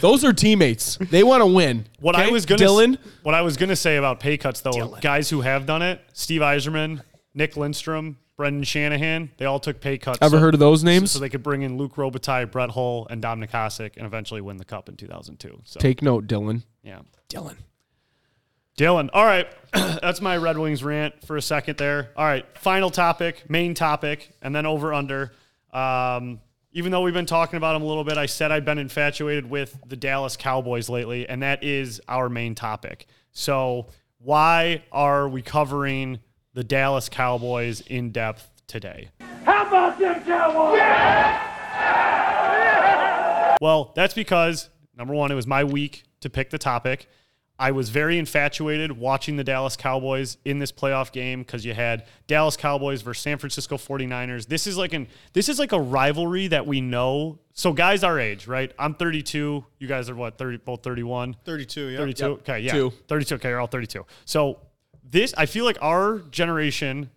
S5: Those are teammates. They want to win.
S4: What I
S5: Okay?
S4: was gonna
S5: Dylan.
S4: what I was gonna say about pay cuts though, guys who have done it, Steve Eiserman, Nick Lindstrom, Brendan Shanahan, they all took pay cuts.
S5: Ever
S4: so-
S5: heard of those names?
S4: So they could bring in Luke Robitaille, Brett Hull, and Dominic Hasek, and eventually win the cup in 2002. So
S5: Take note, Dylan.
S4: yeah,
S5: Dylan.
S4: Dylan. All right, that's my Red Wings rant for a second there. All right, final topic, main topic, and then over under. Um, even though we've been talking about him a little bit, I said I've been infatuated with the Dallas Cowboys lately, and that is our main topic. So why are we covering the Dallas Cowboys in depth today?
S7: How about them Cowboys?
S4: Well, that's because number one, it was my week to pick the topic. I was very infatuated watching the Dallas Cowboys in this playoff game because you had Dallas Cowboys versus San Francisco 49ers. This is like an this is like a rivalry that we know. So guys our age, right? I'm 32. You guys are what, 30 both 31?
S6: Thirty-two. Yeah.
S4: 32. Okay, yeah.
S5: Two.
S4: 32. Okay, you're all 32. So this, I feel like our generation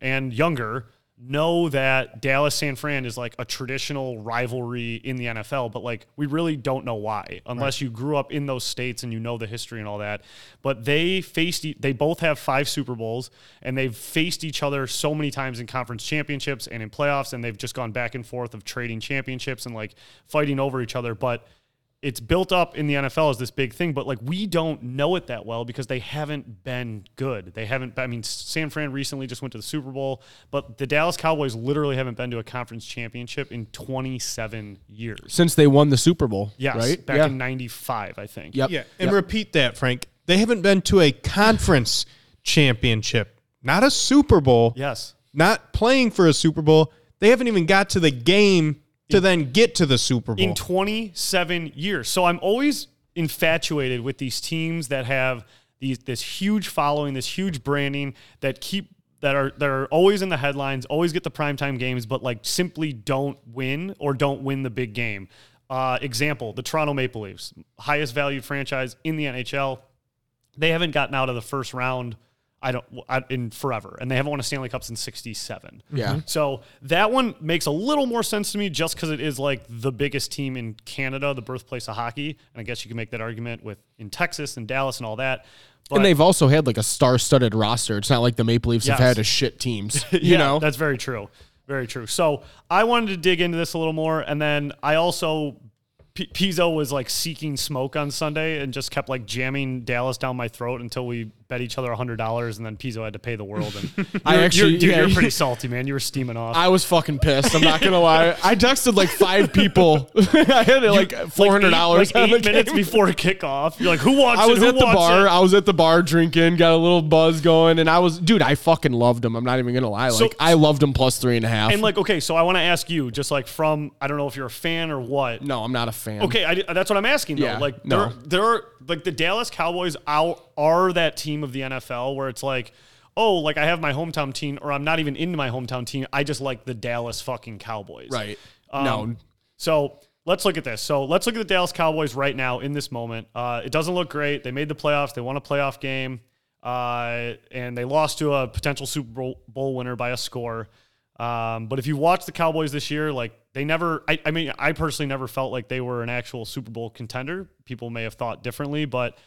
S4: and younger know that Dallas San Fran is like a traditional rivalry in the NFL, but like we really don't know why unless you grew up in those states and you know the history and all that. But they faced e- they both have five Super Bowls and they've faced each other so many times in conference championships and in playoffs and they've just gone back and forth of trading championships and like fighting over each other, but it's built up in the NFL as this big thing, but like we don't know it that well because they haven't been good. They haven't. I mean, San Fran recently just went to the Super Bowl, but the Dallas Cowboys literally haven't been to a conference championship in 27 years.
S5: since they won the Super Bowl.
S4: Yes,
S5: right.
S4: back
S5: yeah.
S4: in '95, I think.
S5: Yep.
S6: Yeah, and
S5: Yep.
S6: repeat that, Frank. They haven't been to a conference championship, not a Super Bowl,
S4: Yes.
S6: not playing for a Super Bowl. They haven't even got to the game to then get to the Super Bowl.
S4: in 27 years. So I'm always infatuated with these teams that have these this huge following, this huge branding that keep that are that are always in the headlines, always get the primetime games, but like simply don't win or don't win the big game. Uh, example: the Toronto Maple Leafs, highest valued franchise in the NHL they haven't gotten out of the first round. I don't I, in forever, and they haven't won a Stanley Cup since '67.
S5: Yeah.
S4: So that one makes a little more sense to me, just because it is like the biggest team in Canada, the birthplace of hockey, and I guess you can make that argument with in Texas and Dallas and all that. But
S5: And they've also had like a star-studded roster. It's not like the Maple Leafs have
S4: Yes.
S5: had a shit teams. You
S4: yeah,
S5: know,
S4: that's very true, very true. So I wanted to dig into this a little more, and then I also P- Pizzo was like seeking smoke on Sunday and just kept like jamming Dallas down my throat until we bet each other hundred dollars, and then Pizzo had to pay the world. And
S5: I
S4: you're-
S5: actually-
S4: you're, dude,
S5: yeah.
S4: you're pretty salty, man. You were steaming off.
S5: I was fucking pissed. I'm not gonna lie. I texted like five people. I had like four hundred dollars.
S4: like eight, like eight minutes before kickoff. You're like, who wants
S5: I
S4: it?
S5: was
S4: Who
S5: at the
S4: wants
S5: bar.
S4: it?
S5: I was at the bar drinking, got a little buzz going, and I was, dude, I fucking loved him. I'm not even gonna lie. Like,
S4: So-
S5: I loved him plus three and a half.
S4: And like, okay, so I want to ask you, just like from I don't know if you're a fan or what.
S5: no, I'm not a fan.
S4: Okay, I, that's what I'm asking though.
S5: Yeah,
S4: like,
S5: no.
S4: they're, they're like the Dallas Cowboys are, are that team of the NFL where it's like, oh, like I have my hometown team, or I'm not even into my hometown team. I just like the Dallas fucking Cowboys.
S5: right?
S4: Um,
S5: no,
S4: So let's look at this. So let's look at the Dallas Cowboys right now in this moment. Uh, it doesn't look great. They made the playoffs. They won a playoff game, uh, and they lost to a potential Super Bowl- Bowl winner by a score. Um, but if you watch the Cowboys this year, like they never, I, I mean, I personally never felt like they were an actual Super Bowl contender. People may have thought differently, but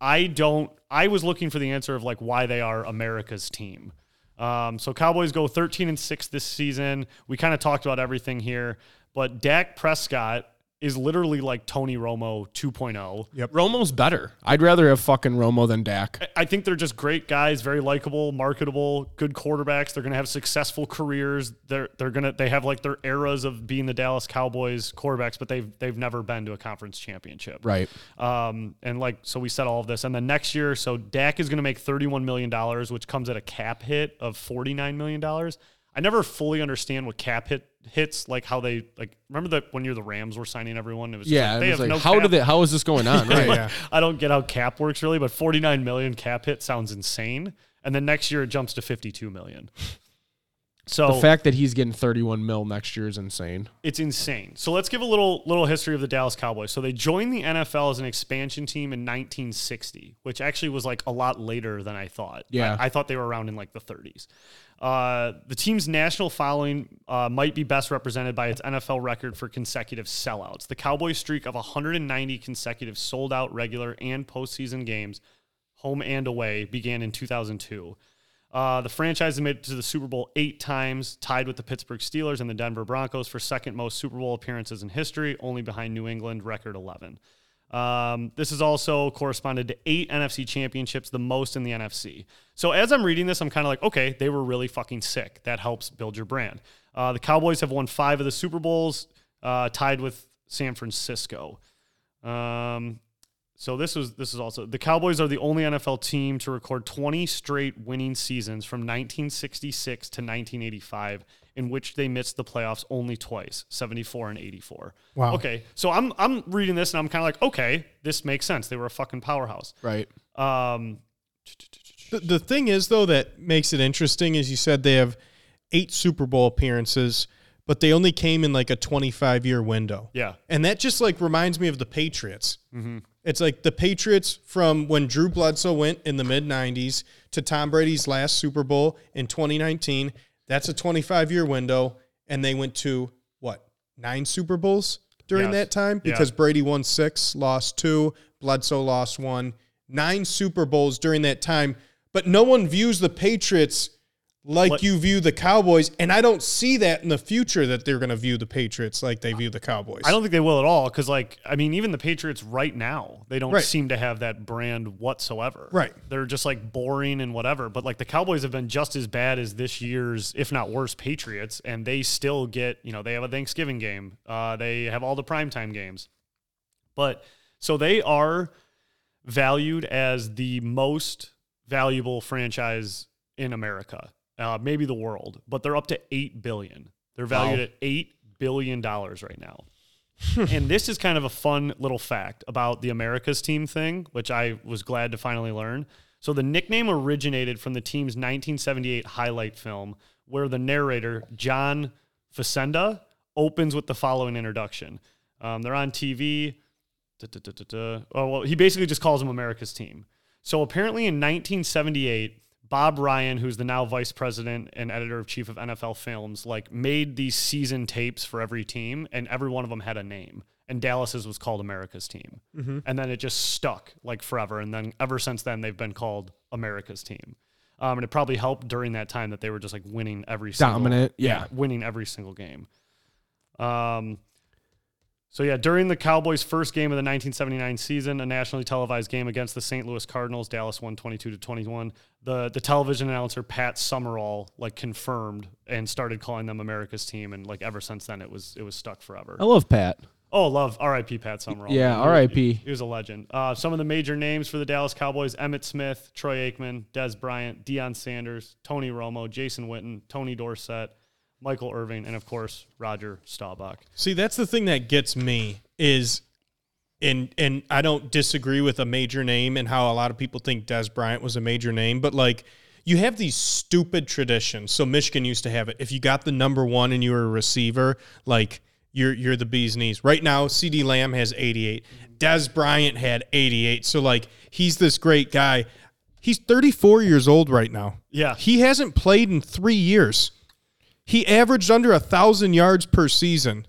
S4: I don't, I was looking for the answer of like why they are America's team. Um, so Cowboys go 13 and 6 this season. We kind of talked about everything here, but Dak Prescott is literally like Tony Romo oh. 2.0.
S5: Romo's better. I'd rather have fucking Romo than Dak.
S4: I think they're just great guys, very likable, marketable, good quarterbacks. They're going to have successful careers. They're they're going to they have like their eras of being the Dallas Cowboys quarterbacks, but they've they've never been to a conference championship.
S5: Right.
S4: Um, and like, so we said all of this. And then next year, so Dak is going to make $31 million, which comes at a cap hit of $49 million. I never fully understand what cap hit hits, like how they, like, remember that when you're the Rams were signing everyone? It was just
S5: Yeah.
S4: like,
S5: It
S4: they
S5: was
S4: have
S5: like,
S4: no
S5: how
S4: cap.
S5: did it? How is this going on? Right.
S4: Like, I don't get how cap works really, but 49 million cap hit sounds insane. And then next year it jumps to 52 million. So
S5: The fact that he's getting 31 mil next year is insane.
S4: it's insane. So let's give a little little history of the Dallas Cowboys. So they joined the NFL as an expansion team in 1960, which actually was like a lot later than I thought.
S5: Yeah.
S4: I, I thought they were around in like the 30s. Uh, the team's national following uh, might be best represented by its NFL record for consecutive sellouts. The Cowboys' streak of 190 consecutive sold-out regular and postseason games, home and away, began in 2002. Uh, the franchise has made it to the Super Bowl eight times, tied with the Pittsburgh Steelers and the Denver Broncos for second most Super Bowl appearances in history, only behind New England, record 11. Um, this has also corresponded to eight NFC championships, the most in the NFC. So as I'm reading this, I'm kind of like, okay, they were really fucking sick. That helps build your brand. Uh, the Cowboys have won five of the Super Bowls, uh, tied with San Francisco. Um, so this was this is also the Cowboys are the only NFL team to record 20 straight winning seasons from 1966 to 1985 in which they missed the playoffs only twice, 74 and 84. Wow. Okay. So I'm I'm reading this and I'm kind of like, okay, this makes sense. They were a fucking powerhouse.
S5: Right.
S4: Um
S6: The, the thing is, though, that makes it interesting is you said they have eight Super Bowl appearances, but they only came in like a 25 year window.
S4: yeah.
S6: And that just like reminds me of the Patriots.
S4: Mm-hmm.
S6: It's like the Patriots from when Drew Bledsoe went in the mid 90s to Tom Brady's last Super Bowl in 2019. That's a 25 year window, and they went to what nine Super Bowls during
S4: Yes.
S6: that time
S4: Yeah.
S6: because Brady won six, lost two, Bledsoe lost one, nine Super Bowls during that time. But no one views the Patriots like
S4: Like-
S6: you view the Cowboys, and I don't see that in the future that they're going to view the Patriots like they view the Cowboys.
S4: I don't think they will at all because, like, I mean, even the Patriots right now, they don't
S6: Right.
S4: seem to have that brand whatsoever.
S6: Right.
S4: They're just like boring and whatever. But like the Cowboys have been just as bad as this year's, if not worse, Patriots, and they still get, you know, they have a Thanksgiving game, uh, they have all the primetime games. But so they are valued as the most valuable franchise in America, uh, maybe the world, but they're up to eight billion. They're valued at eight billion dollars right now. and this is kind of a fun little fact about the America's team thing, which I was glad to finally learn. So the nickname originated from the team's 1978 highlight film, where the narrator John Facenda opens with the following introduction. Um, they're on TV. Da, da, da, da, da. Oh, well, he basically just calls them America's team. So apparently in 1978, Bob Ryan, who's the now vice president and editor of chief of NFL Films, like made these season tapes for every team, and every one of them had a name. And Dallas's was called America's team,
S5: Mm-hmm.
S4: and then it just stuck like forever. And then ever since then, they've been called America's team. Um, and it probably helped during that time that they were just like winning every single-
S5: Dominant, yeah.
S4: winning every single game. Um, so yeah, during the Cowboys' first game of the 1979 season, a nationally televised game against the St. Louis Cardinals, Dallas won 22 to 21. The the television announcer Pat Summerall like confirmed and started calling them America's team, and like ever since then it was it was stuck forever.
S5: I love Pat.
S4: Oh, love R.I.P. Pat Summerall.
S5: Yeah,
S4: He was-
S5: R.I.P..
S4: He was a legend. Uh, some of the major names for the Dallas Cowboys: Emmett Smith, Troy Aikman, Des Bryant, Deion Sanders, Tony Romo, Jason Witten, Tony Dorsett, Michael Irving, and of course Roger Staubach.
S6: See, that's the thing that gets me is, and and I don't disagree with a major name and how a lot of people think Des Bryant was a major name, but like you have these stupid traditions. So Michigan used to have it. If you got the number one and you were a receiver, like you're you're the bee's knees. Right now, C.D. Lamb has 88. Des Bryant had 88. So like he's this great guy. He's 34 years old right now.
S4: Yeah.
S6: He hasn't played in three years. He averaged under a thousand yards per season.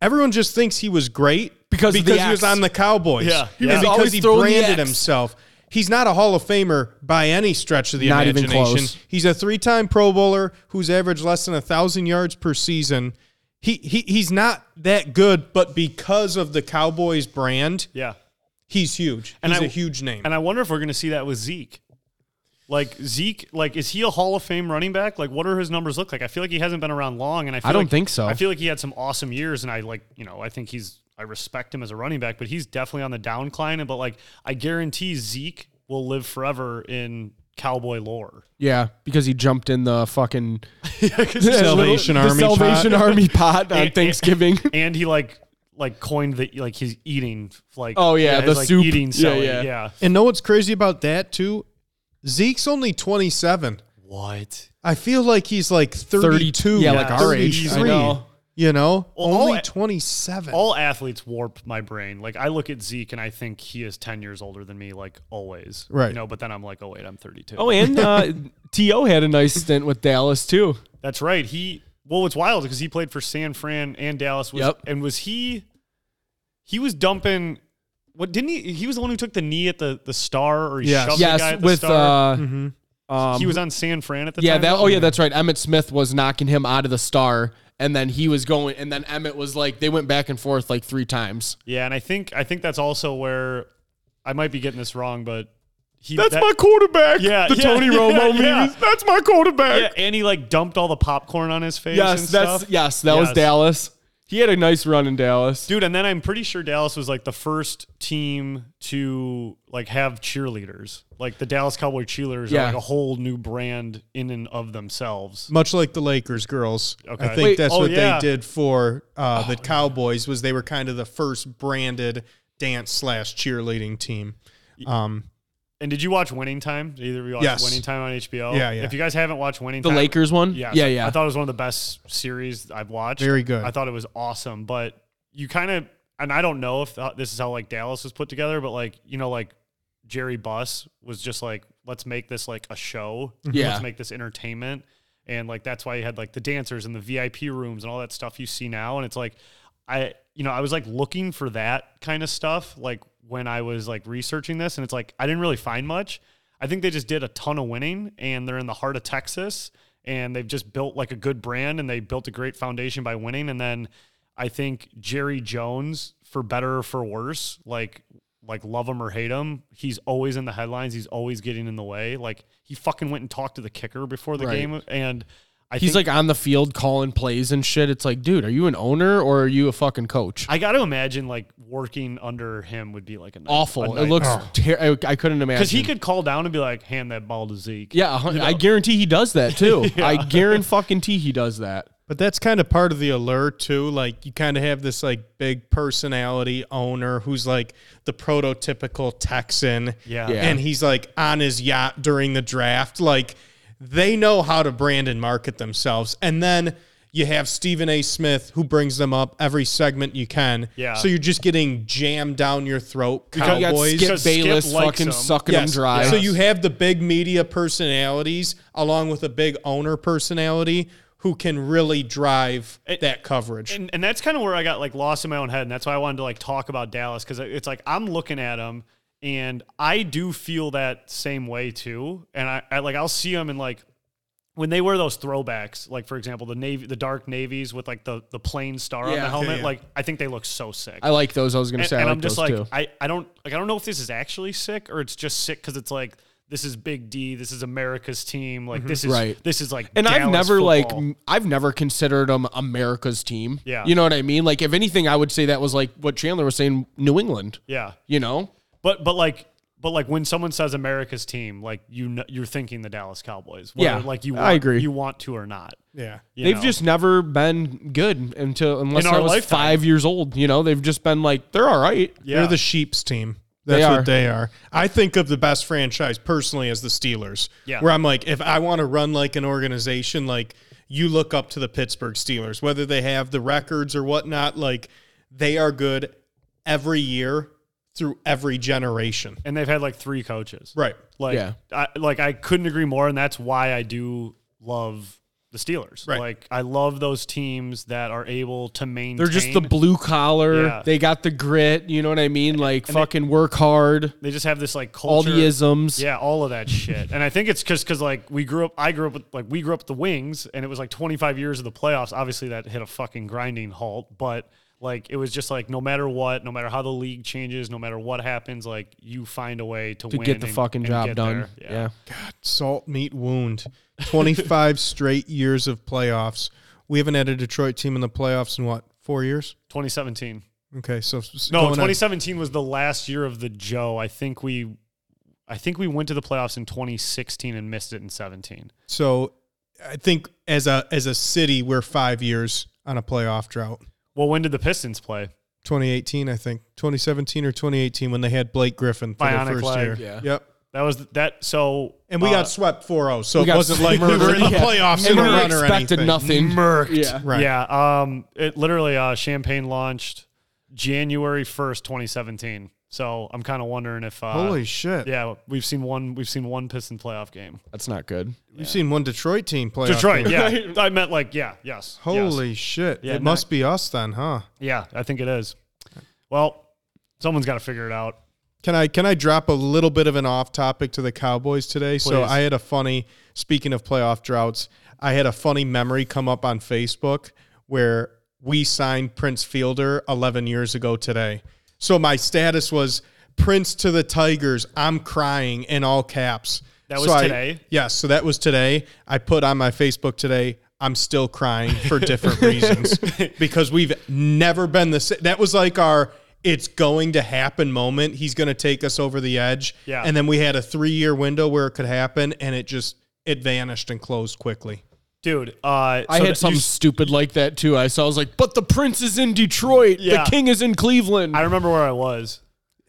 S6: Everyone just thinks he was great
S5: Because of the
S6: he was
S5: X.
S6: on the Cowboys.
S4: Yeah, He yeah. was
S6: And because
S5: always
S6: he
S5: throwing the
S6: branded
S5: X.
S6: himself. He's not a Hall of Famer by any stretch of the
S5: Not even
S6: imagination.
S5: close.
S6: He's a three-time Pro Bowler who's averaged less than a thousand yards per season. He, he he's not that good, but because of the Cowboys brand,
S4: Yeah.
S6: he's huge.
S4: And
S6: he's
S4: I-
S6: a huge name.
S4: And I wonder if we're going to see that with Zeke. Like Zeke, like is he a Hall of Fame running back? Like what are his numbers look like? I feel like he hasn't been around long, and I feel
S5: don't
S4: like-
S5: think so.
S4: I feel like he had some awesome years, and I like you know I think he's I respect him as a running back, but he's definitely on the downcline. And but like I guarantee Zeke will live forever in Cowboy lore.
S5: Yeah, because he jumped in the fucking
S6: Salvation
S5: the
S6: Army
S5: Salvation
S6: pot.
S5: Army pot on Thanksgiving.
S4: and he like like coined the like he's eating like
S5: Oh, yeah, the
S4: his, like,
S5: soup.
S4: eating
S5: Yeah,
S4: celery.
S5: yeah.
S4: yeah.
S6: And know what's crazy about that too? Zeke's only 27.
S4: What?
S6: I feel like he's like 32.
S5: yeah, like our age. I
S6: 33,
S5: know.
S6: You know,
S4: Well, all
S6: only
S4: a-
S6: 27.
S4: all athletes warp my brain. Like I look at Zeke and I think he is ten years older than me, like always.
S6: Right.
S4: You know, but then I'm like, oh wait, I'm 32.
S5: Oh, and uh, To had a nice stint with Dallas too.
S4: that's right. He well, it's wild because he played for San Fran and Dallas. Was,
S5: Yep.
S4: And was he? He was dumping. What didn't he? He was the one who took the knee at the the star, or he
S6: Yes.
S4: shoved the guy
S5: Yes,
S4: at the
S5: with
S4: star.
S5: uh,
S4: he was on San Fran at the
S5: yeah,
S4: time.
S5: that. Oh yeah, that's right. Emmett Smith was knocking him out of the star, and then he was going, and then Emmett was like, they went back and forth like three times.
S4: yeah, and I think I think that's also where I might be getting this wrong, but he that-
S5: quarterback.
S4: Yeah, yeah, yeah, yeah.
S5: That's my quarterback.
S4: Yeah, and he like dumped all the popcorn on his face. and
S5: Yes, that's
S4: stuff.
S5: yes. That was
S4: Yes.
S5: Dallas. He had a nice run in Dallas.
S4: dude and then i'm pretty sure dallas was like the first team to like have cheerleaders like the dallas cowboy cheerleaders are
S5: Yeah.
S4: like a whole new brand in and of themselves
S6: much like the Lakers girls.
S4: Okay.
S6: I think
S5: Wait,
S6: that's
S4: oh,
S6: what
S4: yeah.
S6: they did for uh, the Cowboys was they were kind of the first branded dance slash cheerleading team. Um,
S4: and did you watch winning time did either of you watch
S6: Yes.
S4: winning time on hbo
S6: Yeah, yeah.
S4: if you guys haven't watched winning
S5: the
S4: time
S5: Lakers one.
S4: yeah
S5: yeah,
S4: I-
S5: yeah.
S4: i thought it was one of the best series i've watched
S6: Very good.
S4: i thought it was awesome but you kind of and i don't know if th- this is how like dallas was put together but like you know like jerry buss was just like let's make this like a show
S5: Yeah.
S4: let's make this entertainment and like that's why you had like the dancers and the VIP rooms and all that stuff you see now. And it's like I you know I was like looking for that kind of stuff like when I was like researching this, and it's like I didn't really find much. I think they just did a ton of winning, and they're in the heart of Texas, and they've just built like a good brand, and they built a great foundation by winning, and then. I think Jerry Jones, for better or for worse, like like love him or hate him, he's always in the headlines. He's always getting in the way. Like he fucking went and talked to the kicker before the
S5: Right.
S4: game, and I
S5: He's
S4: think,
S5: like on the field calling plays and shit. It's like, dude, are you an owner or are you a fucking coach?
S4: I got to imagine like working under him would be like an
S5: Awful. It looks. Ter- I, I couldn't imagine.
S4: because Oh. he could call down and be like, hand that ball to Zeke.
S5: Yeah, a hun- I guarantee he does that too. I guarantee fucking t he does that.
S6: But that's kind of part of the allure too. Like you kind of have this like big personality owner who's like the prototypical Texan.
S4: Yeah.
S5: Yeah.
S6: And he's like on his yacht during the draft. Like they know how to brand and market themselves. And then you have Stephen A. Smith who brings them up every segment you can.
S4: Yeah.
S6: So you're just getting jammed down your throat.
S5: You got
S6: Cowboys.
S5: Skip
S4: Because Skip
S5: Bayless
S4: likes
S5: fucking
S4: him.
S5: sucking him dry.
S6: So you have the big media personalities along with a big owner personality who can really drive that coverage.
S4: and, and that's kind of where I got like lost in my own head, and that's why I wanted to like talk about Dallas because it's like I'm looking at him, and I do feel that same way too. And I, I like I'll see him and like when they wear those throwbacks, like for example the navy, the dark navies with like the the plain star on
S5: Yeah.
S4: the
S5: Yeah,
S4: helmet, like I think they look so sick.
S5: I like those. I was gonna
S4: and,
S5: say.
S4: and
S5: I like
S4: I'm just
S5: those
S4: like
S5: too.
S4: I I don't like I don't know if this is actually sick or it's just sick because it's like. This is Big D. This is America's team. Like this is
S5: Mm-hmm. Right.
S4: this is like.
S5: and I've
S4: Dallas
S5: never like
S4: football.
S5: m- I've never considered them America's team.
S4: Yeah.
S5: you know what I mean. Like if anything, I would say that was like what Chandler was saying, New England.
S4: yeah.
S5: You know,
S4: But but like but like when someone says America's team, like you kn- you're thinking the Dallas Cowboys. Whether,
S5: Yeah,
S4: like you
S5: I
S4: want,
S5: agree.
S4: You want to or not.
S6: yeah.
S4: you
S5: they've
S4: know?
S5: just never been good until unless
S4: In
S5: I
S4: our
S5: was
S4: lifetime.
S5: five years old. You know, they've just been like they're all right.
S4: yeah.
S6: They're the sheep's team. That's
S5: They are.
S6: what they are. I think of the best franchise personally as the Steelers.
S4: Yeah.
S6: Where I'm like, if I want to run like an organization, like you look up to the Pittsburgh Steelers, whether they have the records or whatnot, like they are good every year through every generation.
S4: and they've had like three coaches.
S6: Right.
S4: Like
S5: Yeah.
S4: I, like I couldn't agree more, and that's why I do love the Steelers.
S6: Right.
S4: Like I love those teams that are able to maintain.
S5: They're just the blue collar.
S4: Yeah.
S5: They got the grit. You know what I mean? Like fucking work hard.
S4: They just have this like
S5: All
S4: culture.
S5: the isms.
S4: Yeah, all of that shit. And I think it's because because like we grew up, I grew up with like we grew up with the wings, and it was like 25 years of the playoffs. Obviously, that hit a fucking grinding halt, but. Like it was just like no matter what, no matter how the league changes, no matter what happens, like you find a way to,
S5: to
S4: win
S5: get the
S4: and-
S5: fucking
S4: and
S5: job
S4: get
S5: done.
S4: there.
S5: yeah.
S6: salt meat wound. 25 straight years of playoffs. We haven't had a Detroit team in the playoffs in what, four years?
S4: 2017.
S6: Okay, so s-
S4: No,
S6: going on-
S4: 2017 was the last year of the Joe. I think we, I think we went to the playoffs in 2016 and missed it in 17.
S6: so I think as a as a city, we're five years on a playoff drought.
S4: Well, when did the Pistons play?
S6: 2018, I think 2017 or 2018 when they had Blake Griffin for
S4: Bionic
S6: their first
S4: leg.
S6: year.
S5: Yeah.
S6: Yep.
S4: That was that. So
S6: And we
S4: uh,
S6: got swept 4-0, so
S5: We
S6: it
S5: got
S6: wasn't like we were
S5: murdered.
S6: in the
S5: Yeah.
S6: playoffs in a
S5: Never
S6: run or
S5: expected
S6: anything.
S5: nothing.
S4: murked.
S5: Yeah.
S6: Right.
S4: Yeah. Um. It literally uh, champagne launched January 1st, 2017. So I'm kind of wondering if uh,
S6: Holy shit!
S4: yeah, we've seen one. We've seen one Piston playoff game.
S5: That's not good.
S6: We've seen one Detroit team playoff.
S4: Detroit. Yeah.
S6: game.
S4: I meant like yeah. Yes. yes.
S6: Holy shit!
S4: Yeah,
S6: it
S4: not-
S6: must be us then, huh?
S4: Yeah. I think it is. Well, someone's got to figure it out.
S6: Can I can I drop a little bit of an off topic to the Cowboys today? So
S4: Please.
S6: I had a funny speaking of playoff droughts, I had a funny memory come up on Facebook where we signed Prince Fielder 11 years ago today. So my status was Prince to the Tigers. I'm crying in all caps.
S4: That was
S6: So I-
S4: today?
S6: yeah, so that was today. I put on my Facebook today. I'm still crying for different reasons because we've never been the same. That was like our it's going to happen moment. He's going to take us over the edge.
S4: Yeah.
S6: And then we had a three year window where it could happen, and it just it vanished and closed quickly.
S4: dude. Uh,
S5: I
S4: so
S5: had
S4: that you
S5: something
S4: s-
S5: stupid like that too. I saw. I was like, "But the prince is in Detroit.
S4: Yeah.
S5: The king is in Cleveland."
S4: I remember where I was.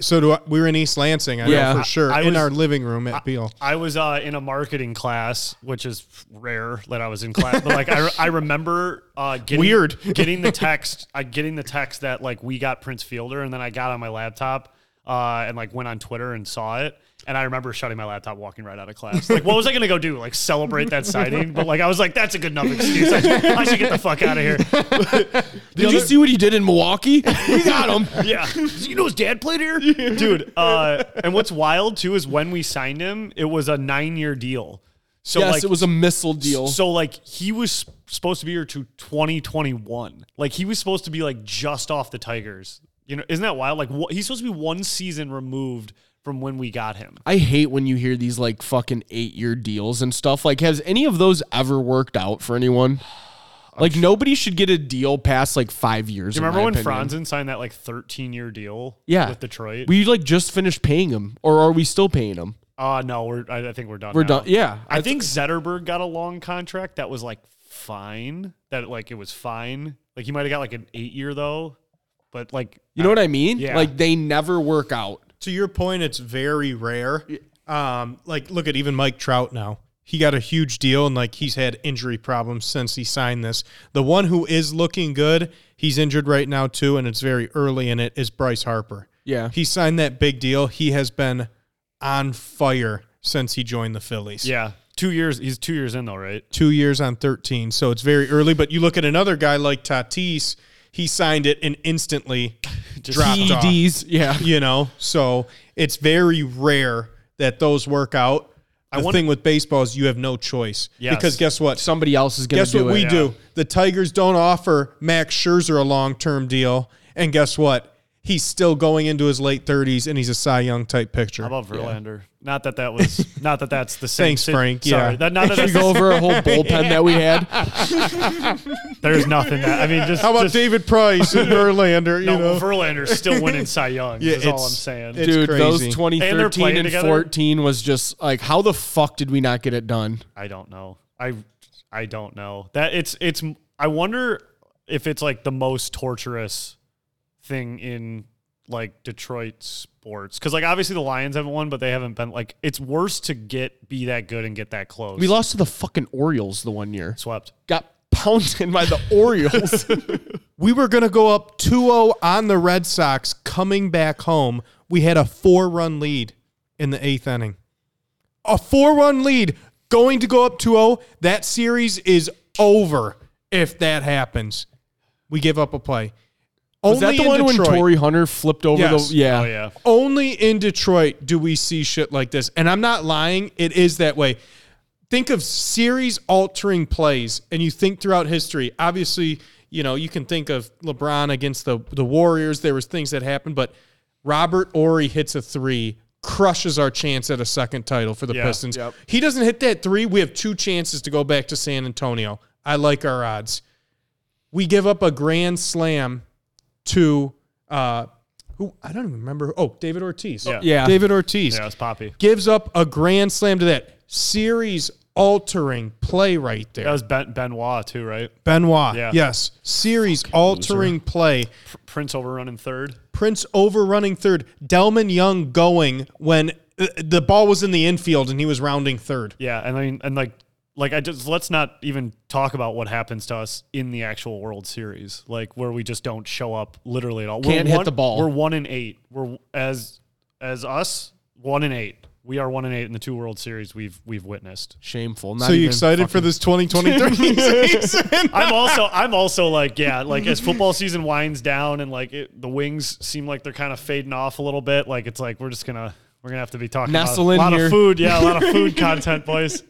S6: So do I, we were in East Lansing, I
S5: Yeah.
S6: know for sure,
S4: I- I
S6: in
S4: was-
S6: our living room at Beale.
S4: I was uh, in a marketing class, which is rare that I was in class. But like, I, I remember uh, getting,
S6: Weird.
S4: getting the text, uh, getting the text that like we got Prince Fielder, and then I got on my laptop uh, and like went on Twitter and saw it. And I remember shutting my laptop, walking right out of class. Like, what was I going to go do? Like, celebrate that sighting? But like, I was like, that's a good enough excuse. I should, I should get the fuck out of here.
S5: Did you see what he did in Milwaukee? We got him.
S4: Yeah. You know his dad played here? Dude, uh, and what's wild too is when we signed him, it was a nine year deal. So
S5: yes,
S4: like
S5: it was a missile deal.
S4: so like he was supposed to be here to 2021. Like he was supposed to be like just off the Tigers. You know, isn't that wild? Like wha- he's supposed to be one season removed from when we got him.
S5: I hate when you hear these like fucking eight year deals and stuff. Like, has any of those ever worked out for anyone? Like, nobody should get a deal past like five years.
S4: Do you
S5: in
S4: remember
S5: my
S4: when
S5: opinion.
S4: Franzen signed that like 13 year deal
S5: Yeah.
S4: with Detroit?
S5: We like just finished paying him, or are we still paying him?
S4: uh no, we're I, I think we're done.
S5: We're
S4: now.
S5: done. Yeah,
S4: I think Zetterberg got a long contract that was like fine. That like it was fine. Like he might have got like an eight year though, but like
S5: you know what I mean.
S4: Yeah.
S5: Like they never work out.
S6: To your point, it's very rare. Um, like look at even Mike Trout now. He got a huge deal, and like he's had injury problems since he signed this. The one who is looking good, he's injured right now too, and it's very early in it. Is Bryce Harper?
S5: Yeah.
S6: he signed that big deal. He has been on fire since he joined the Phillies.
S4: yeah, two years. He's two years in though, right?
S6: two years on 13. So it's very early. But you look at another guy like Tatis, he signed it and instantly dropped off.
S5: PEDs. Yeah.
S6: You know, so it's very rare that those work out. The
S4: wonder-
S6: thing with baseball is you have no choice.
S4: Yes.
S6: Because guess what?
S5: Somebody else is gonna
S6: guess
S5: do
S6: what we
S5: it.
S6: do? The Tigers don't offer Max Scherzer a long term deal. And guess what? He's still going into his late 30s and he's a Cy Young type picture.
S4: How about Verlander? Not that that was. not that that's the same.
S6: Thanks,
S4: sit-
S6: Frank,
S4: Sorry,
S6: yeah.
S4: that, not that
S5: Should we go over a whole bullpen that we had?
S4: there's nothing. That, I mean, just
S6: How about
S4: just,
S6: David Price and Verlander? You
S4: No,
S6: know?
S4: Verlander's still winning Cy Young.
S6: Yeah,
S4: is all I'm
S6: it's-
S4: saying.
S6: it's-
S5: Dude, those
S6: crazy.
S4: And they're
S5: 2013
S4: playing
S5: and,
S4: together?
S5: 14 was just like, how the fuck did we not get it done?
S4: I don't know. I I don't know. That it's it's I wonder if it's like the most torturous thing in like Detroit sports cuz like obviously the Lions haven't won but they haven't been like it's worse to get be that good and get that close.
S5: We lost to the fucking Orioles the one year.
S4: swept.
S5: Got pounded by the Orioles.
S6: We were going to go up 2 0 on the Red Sox coming back home. We had a four run lead in the eighth inning. A four run lead going to go up 2 0. That series is over if that happens. We give up a play.
S5: Was that the
S6: in
S5: one
S6: Detroit-
S5: when Torrey Hunter flipped over
S6: Yes.
S5: the? Yeah.
S4: Oh yeah.
S6: only in Detroit do we see shit like this. And I'm not lying, it is that way. Think of series altering plays and you think throughout history. Obviously, you know, you can think of LeBron against the the Warriors, there was things that happened, but Robert Ory hits a 3 crushes our chance at a second title for the
S4: Yeah.
S6: Pistons. He doesn't hit that 3, we have two chances to go back to San Antonio. I like our odds. We give up a grand slam to uh who I don't even remember. who- Oh, David Ortiz.
S4: Yeah.
S5: Yeah.
S6: David Ortiz
S4: Yeah, it's Poppy.
S6: gives up a grand slam to that series altering play right there.
S4: That was ben, Benoit too, right?
S6: Benoit.
S4: Yeah.
S6: Yes. Series altering play.
S4: Prince overrunning third.
S6: Prince overrunning third. Delman Young going when uh, the ball was in the infield and he was rounding third.
S4: Yeah, and I mean, and like, like I just let's not even talk about what happens to us in the actual World Series, like where we just don't show up literally at all.
S5: Can't
S4: we're
S5: hit
S4: one,
S5: the ball.
S4: We're one in eight. We're as as us one in eight. We are one in eight in the two World Series we've we've witnessed.
S5: Shameful. Not
S6: so you
S5: even
S6: excited for
S5: fucking-
S6: this 2023 season?
S4: I'm also I'm also like yeah, like as football season winds down and like it, the wings seem like they're kind of fading off a little bit. Like it's like we're just gonna we're gonna have to be talking about
S5: Nestle in
S4: a lot
S5: here.
S4: of food. Yeah, a lot of food content, boys.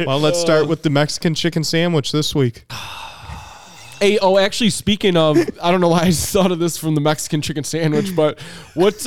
S6: well, let's start with the Mexican chicken sandwich this week.
S5: Hey, oh, actually, speaking of, I don't know why I just thought of this from the Mexican chicken sandwich, but what's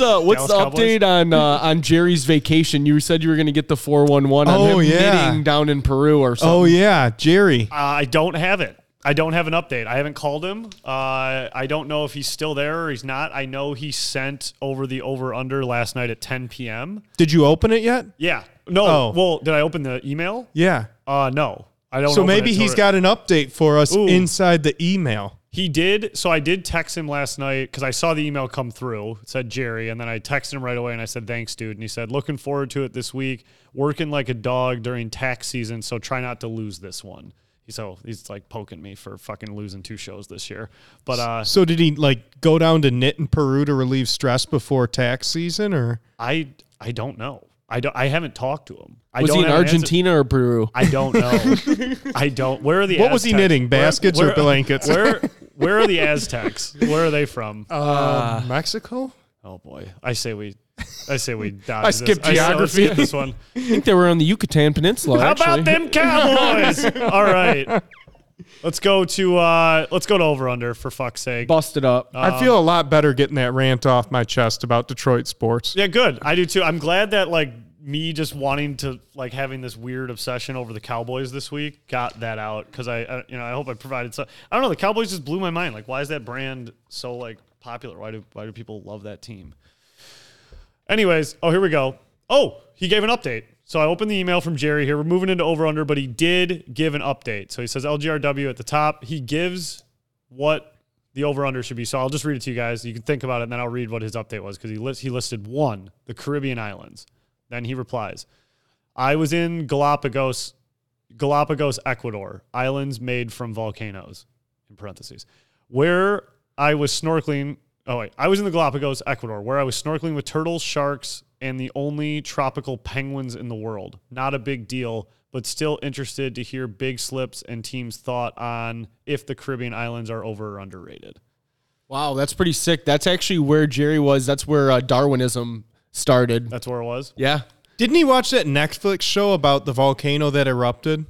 S5: uh, what's the
S4: Dallas Cowboys?
S5: update on uh, on Jerry's vacation? You said you were going to get the four one one on
S6: Oh,
S5: him
S6: yeah.
S5: knitting down in Peru or something.
S6: Oh yeah, Jerry.
S4: Uh, I don't have it. I don't have an update. I haven't called him. Uh, I don't know if he's still there or he's not. I know he sent over the over under last night at 10 p.m.
S6: Did you open it yet?
S4: Yeah. No.
S6: Oh.
S4: Well, did I open the email?
S6: Yeah.
S4: Uh, no. I don't.
S6: So
S4: open it
S6: maybe
S4: till-
S6: he's got an update for us
S4: Ooh.
S6: inside the email.
S4: He did. So I did text him last night because I saw the email come through. It said Jerry, and then I texted him right away and I said thanks, dude. And he said looking forward to it this week. Working like a dog during tax season, so try not to lose this one. He's so he's like poking me for fucking losing two shows this year. But uh,
S6: So did he like go down to knit in Peru to relieve stress before tax season or
S4: I I don't know. I don't. I haven't talked to him. I
S5: Was
S4: don't
S5: he in
S4: have an answer-
S5: Argentina or Peru?
S4: I don't know. I don't. Where are the?
S6: What was he
S4: Aztecs?
S6: knitting,
S4: Where-
S6: baskets or blankets? Uh,
S4: Where Where are the Aztecs? Where are they from?
S6: Mexico?
S4: oh boy, I say we. I say we. dodge
S5: I
S4: this.
S5: skipped
S4: say let's
S5: geography.
S4: skip this one.
S5: I think they were on the Yucatan Peninsula.
S4: How
S5: actually.
S4: about them Cowboys? All right. Let's go to uh let's go to over under for fuck's sake.
S5: Busted up.
S6: I feel a lot better getting that rant off my chest about Detroit sports.
S4: Yeah, good. I do too. I'm glad that like me just wanting to like having this weird obsession over the Cowboys this week got that out because I, I you know I hope I provided some. I don't know. The Cowboys just blew my mind. Like, why is that brand so like popular? Why do why do people love that team? Anyways, oh here we go. Oh, he gave an update. So I opened the email from Jerry here. We're moving into over under, but he did give an update. So he says LGRW at the top. He gives what the over under should be. So I'll just read it to you guys. You can think about it, and then I'll read what his update was because he list, he listed one, the Caribbean islands. Then he replies, "I was in Galapagos, Galapagos, Ecuador, islands made from volcanoes." In parentheses, where I was snorkeling. Oh wait, I was in the Galapagos, Ecuador, where I was snorkeling with turtles, sharks, and the only tropical penguins in the world. Not a big deal, but still interested to hear big slips and teams' thought on if the Caribbean islands are over or underrated.
S5: Wow, that's pretty sick. That's actually where Jerry was. That's where uh, Darwinism started.
S4: That's where it was.
S5: Yeah.
S6: Didn't he watch that Netflix show about the volcano that erupted?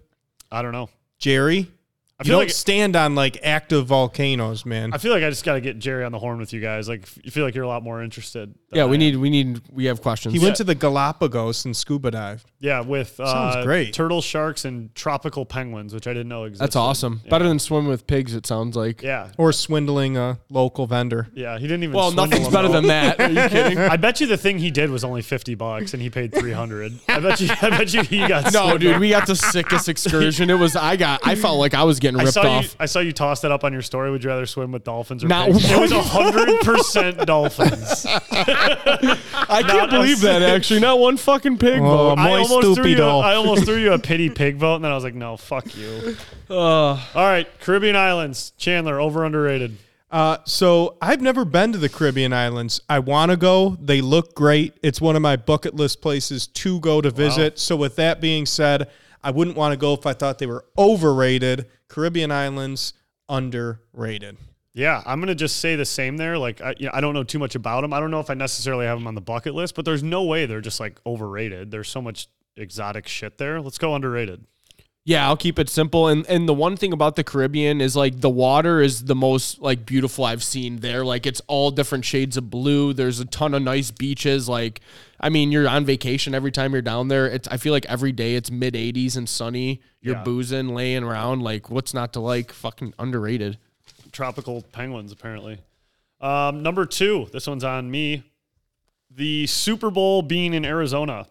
S4: I don't know.
S6: Jerry?
S4: I
S6: You
S4: feel
S6: don't
S4: like
S6: stand on like active volcanoes, man.
S4: I feel like I just got to get Jerry on the horn with you guys. Like, I feel like you're a lot more interested. uh, than
S5: Yeah,
S4: I
S5: we
S4: am.
S5: need we need we have questions.
S6: He went to the Galapagos and scuba dived.
S4: Yeah, with uh,
S6: Sounds great.
S4: turtle sharks and tropical penguins, which I didn't know existed.
S5: That's awesome. Better than swim with pigs it sounds like.
S4: Yeah,
S6: Or swindling a local vendor.
S4: yeah. He didn't even.
S5: Well,
S4: swindle them
S5: nothing's better
S4: all.
S5: than that. Are you kidding?
S4: I bet you the thing he did was only fifty bucks, and he paid three hundred. I bet you. I bet you he got.
S5: No,
S4: swindled.
S5: dude, we got the sickest excursion. It was I got I felt like I was getting
S4: I
S5: ripped
S4: saw
S5: off.
S4: you. I saw you toss that up on your story. Would you rather swim with dolphins or
S5: Not
S4: pigs? It was
S5: one.
S4: hundred percent dolphins.
S5: I can't believe that actually. Not one fucking pig.
S6: Oh,
S5: vote.
S4: I
S6: muy
S4: almost, threw you,
S6: stupido.
S4: I almost threw you a pity pig vote, and then I was like, no, fuck you. All right, Caribbean islands. Chandler, over underrated.
S6: Uh, so I've never been to the Caribbean islands. I want to go. They look great. It's one of my bucket list places to go to visit. So with that being said, I wouldn't want to go if I thought they were overrated. Caribbean islands underrated.
S4: Yeah, I'm gonna just say the same there. Like, I, you know, I don't know too much about them. I don't know if I necessarily have them on the bucket list, but there's no way they're just like overrated. There's so much exotic shit there. Let's go underrated.
S5: Yeah, I'll keep it simple. And and the one thing about the Caribbean is like the water is the most like beautiful I've seen there. Like it's all different shades of blue. There's a ton of nice beaches. Like I mean, you're on vacation every time you're down there. It's I feel like every day it's mid 80s and sunny. You're
S4: Yeah.
S5: boozing, laying around. Like what's not to like? Fucking underrated.
S4: tropical penguins apparently. Um, number two, this one's on me. The Super Bowl being in Arizona.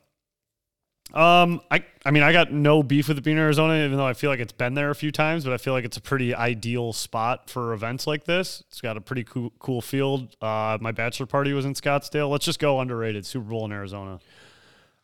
S4: Um, I I mean I got no beef with it being in Arizona, even though I feel like it's been there a few times, but I feel like it's a pretty ideal spot for events like this. It's got a pretty cool cool field. Uh, my bachelor party was in Scottsdale. Let's just go underrated Super Bowl in Arizona.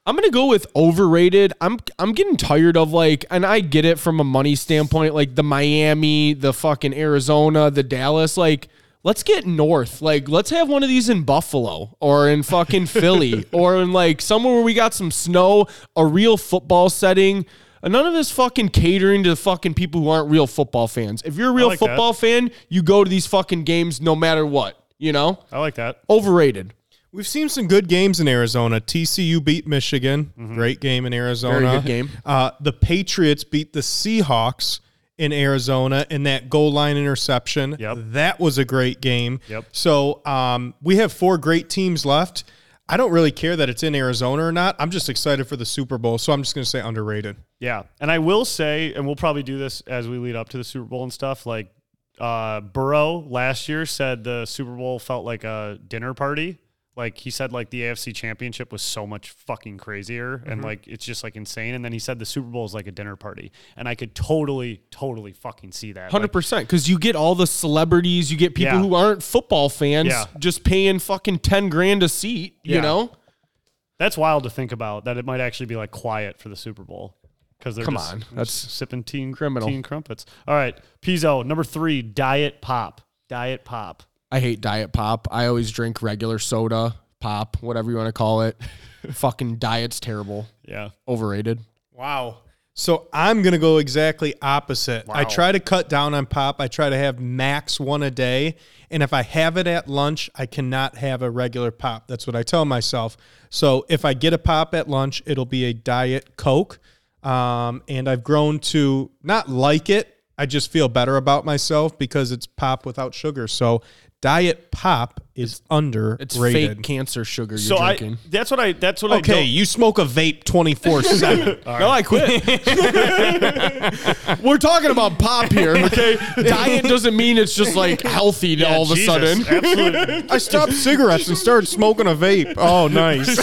S5: I'm gonna go with overrated. I'm I'm getting tired of like, and I get it from a money standpoint, like the Miami, the fucking Arizona, the Dallas. Like, let's get north. Like, let's have one of these in Buffalo or in fucking Philly or in like somewhere where we got some snow, a real football setting. And None of this fucking catering to the fucking people who aren't real football fans. If you're a real
S4: like that.
S5: football fan, you go to these fucking games no matter what. You know,
S4: I like that.
S5: overrated.
S6: We've seen some good games in Arizona. TCU beat Michigan. Great game in Arizona.
S5: Mm-hmm. Very good game.
S6: Uh, the Patriots beat the Seahawks in Arizona in that goal line interception.
S4: Yep.
S6: That was a great game.
S4: Yep.
S6: So um, we have four great teams left. I don't really care that it's in Arizona or not. I'm just excited for the Super Bowl. So I'm just going to say underrated.
S4: Yeah, and I will say, and we'll probably do this as we lead up to the Super Bowl and stuff. Like uh, Burrow last year said, the Super Bowl felt like a dinner party. Like he said, like the AFC Championship was so much fucking crazier,
S5: Mm-hmm.
S4: and like it's just like insane. And then he said the Super Bowl is like a dinner party, and I could totally, totally fucking see that.
S5: Hundred
S4: Like,
S5: percent, because you get all the celebrities, you get people
S4: Yeah.
S5: who aren't football fans
S4: Yeah.
S5: just paying fucking ten grand a seat.
S4: Yeah.
S5: You know,
S4: that's wild to think about. That it might actually be like quiet for the Super Bowl because they're
S5: Come
S4: just-
S5: on,
S4: just
S5: that's
S4: sipping teen
S5: criminal.
S4: teen crumpets. All right, Pizzo number three, diet pop, diet pop.
S5: I hate diet pop. I always drink regular soda. pop, whatever you want to call it. Fucking diet's terrible.
S4: Yeah.
S5: Overrated.
S6: Wow. So I'm gonna go exactly opposite. I try to cut down on pop. I try to have max one a day, and if I have it at lunch, I cannot have a regular pop. That's what I tell myself. So if I get a pop at lunch, it'll be a diet coke. Um, and I've grown to not like it. I just feel better about myself because it's pop without sugar. So diet pop is underrated.
S5: It's fake cancer sugar you're
S4: So
S5: drinking.
S4: I that's what I that's what I
S6: Okay,
S4: don't-
S6: you smoke a vape twenty four seven.
S5: No, I quit. We're talking about pop here, okay? Diet doesn't mean it's just like healthy to all of a
S4: Jesus,
S5: sudden.
S4: absolutely.
S6: I stopped cigarettes and started smoking a vape. Oh, nice.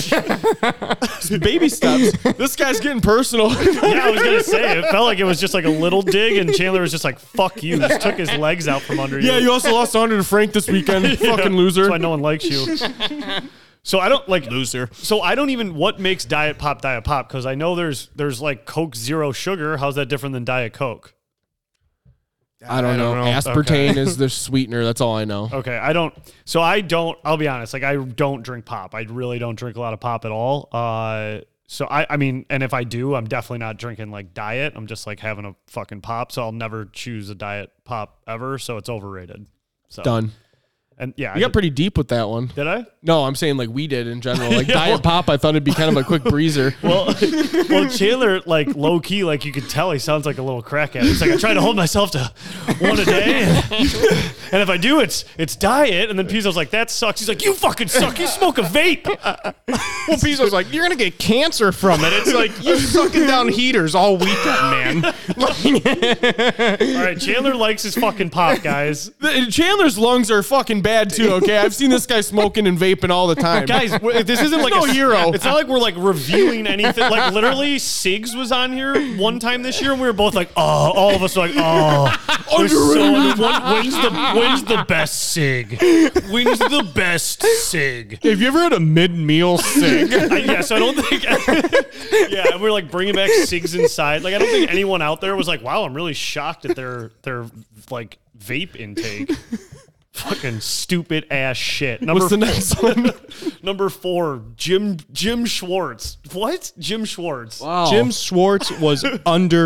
S5: Baby steps. This guy's getting personal.
S4: yeah, I was gonna say it felt like it was just like a little dig, and Chandler was just like, "Fuck you!" Just took his legs out from under you.
S5: yeah, you also lost 100 to Frank this weekend. Fucking
S4: That's
S5: loser.
S4: why no one likes you. So I don't like loser. So I don't even what makes diet pop diet pop because I know there's there's like Coke zero sugar. How's that different than diet Coke?
S5: I don't, know.
S6: know.
S5: Aspartame is the sweetener. That's all I know.
S4: Okay, I don't. So I don't. I'll be honest. Like I don't drink pop. I really don't drink a lot of pop at all. Uh, so I, I mean, and if I do, I'm definitely not drinking like diet. I'm just like having a fucking pop. So I'll never choose a diet pop ever. So it's overrated. So
S5: Done.
S4: And yeah, I
S5: We got
S4: did-
S5: pretty deep with that one.
S4: did I?
S5: No, I'm saying like we did in general. Like diet pop, I thought it'd be kind of a quick breezer.
S4: Well, well, Chandler, like low key, like you could tell, he sounds like a little crack addict. He's like, I try to hold myself to one a day, and, if I do, it's it's diet. And then Pizzo's like, that sucks. He's like, you fucking suck. You smoke a vape.
S6: Well, Pizzo's like, you're gonna get cancer from it. It's like you're sucking down heaters all weekend, man.
S4: All right, Chandler likes his fucking pop, guys.
S5: The- Chandler's lungs are fucking bad too. Okay, I've seen this guy smoking and vaping all the time.
S4: Guys, w- this isn't like
S5: No hero.
S4: It's not like we're like reviewing anything. Like literally, Sigs was on here one time this year, and we were both like, "Oh, all of us were like, oh, we're so- when- when's the when's the best Sig? When's the best Sig?"
S6: Have you ever had a mid meal sick?
S4: I, yeah, so I don't think. yeah, and we're like bringing back Sigs inside. Like I don't think anyone out there was like, "Wow, I'm really shocked at their their like vape intake." Fucking stupid ass shit. Number
S5: what's the next one?
S4: Number four, Jim Jim Schwartz. What? Jim Schwartz.
S6: Jim Schwartz was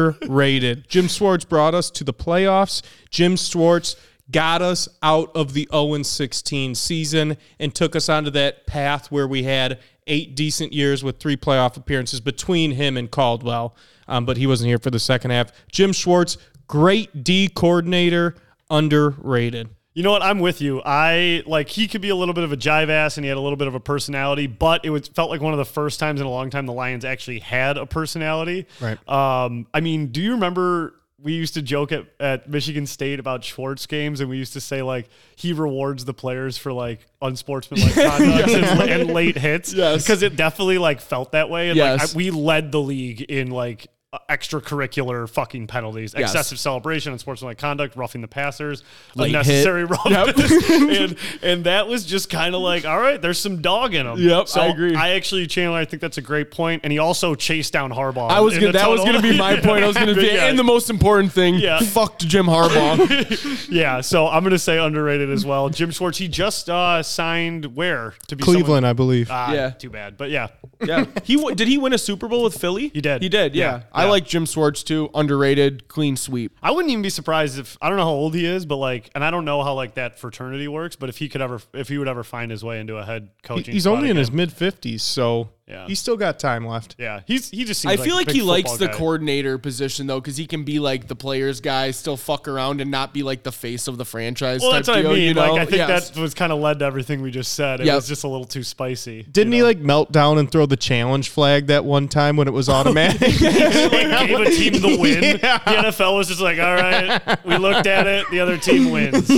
S6: underrated. Jim Schwartz brought us to the playoffs. Jim Schwartz got us out of the 0 16 season and took us onto that path where we had eight decent years with three playoff appearances between him and Caldwell. Um, but he wasn't here for the second half. Jim Schwartz, great D coordinator, underrated.
S4: You know what? I'm with you. I like he could be a little bit of a jive ass and he had a little bit of a personality, but it was felt like one of the first times in a long time the Lions actually had a personality.
S6: Right.
S4: Um, I mean, do you remember we used to joke at, at Michigan State about Schwartz games and we used to say like he rewards the players for like unsportsmanlike conduct and, la- and late hits.
S5: Yes.
S4: Because it definitely like felt that way. And like
S5: Yes.
S4: I, we led the league in like uh, extracurricular fucking penalties,
S5: Yes.
S4: excessive celebration, unsportsmanlike conduct, roughing the passers,
S5: Late hit.
S4: unnecessary roughness, and and that was just kind of like, all right, there's some dog in him.
S5: Yep,
S4: so
S5: I agree.
S4: I actually, Chandler, I think that's a great point, and he also chased down Harbaugh.
S5: I was
S4: in
S5: gonna,
S4: the
S5: that was
S4: tunnel.
S5: gonna be my point. I was gonna be
S4: Yeah.
S5: and the most important thing.
S4: Yeah.
S5: Fucked Jim Harbaugh.
S4: yeah. So I'm gonna say underrated as well. Jim Schwartz, he just uh, signed where to be
S6: Cleveland, I believe.
S4: Someone, ah,
S5: Yeah.
S4: too bad, but yeah,
S5: yeah, he w- did. He win a Super Bowl with Philly. He
S4: did.
S5: He did. Yeah,
S4: Yeah.
S5: I
S4: Yeah.
S5: like Jim Schwartz too. Underrated, clean sweep.
S4: I wouldn't even be surprised if I don't know how old he is, but like, and I don't know how like that fraternity works, but if he could ever, if he would ever find his way into a head
S6: He-
S4: coaching,
S6: He's
S4: spot
S6: only in
S4: again.
S6: his mid 50s, so
S4: Yeah.
S6: he's still got time left.
S4: Yeah, he's he just. Seems
S5: I feel
S4: a
S5: like
S4: big
S5: he likes
S4: football
S5: the
S4: guy.
S5: coordinator position though, because he can be like the players guy, still fuck around and not be like the face of the franchise.
S4: Well,
S5: type
S4: that's what I
S5: deal,
S4: mean.
S5: You know?
S4: Like, I think
S5: Yes.
S4: that was kind of led to everything we just said. It
S5: Yep.
S4: was just a little too spicy.
S6: Didn't he like melt down and throw the challenge flag that one time when it
S4: Oh,
S6: was automatic?
S4: he like gave a team the win?
S6: Yeah.
S4: The NFL was just like, all right, we looked at it. The other team wins.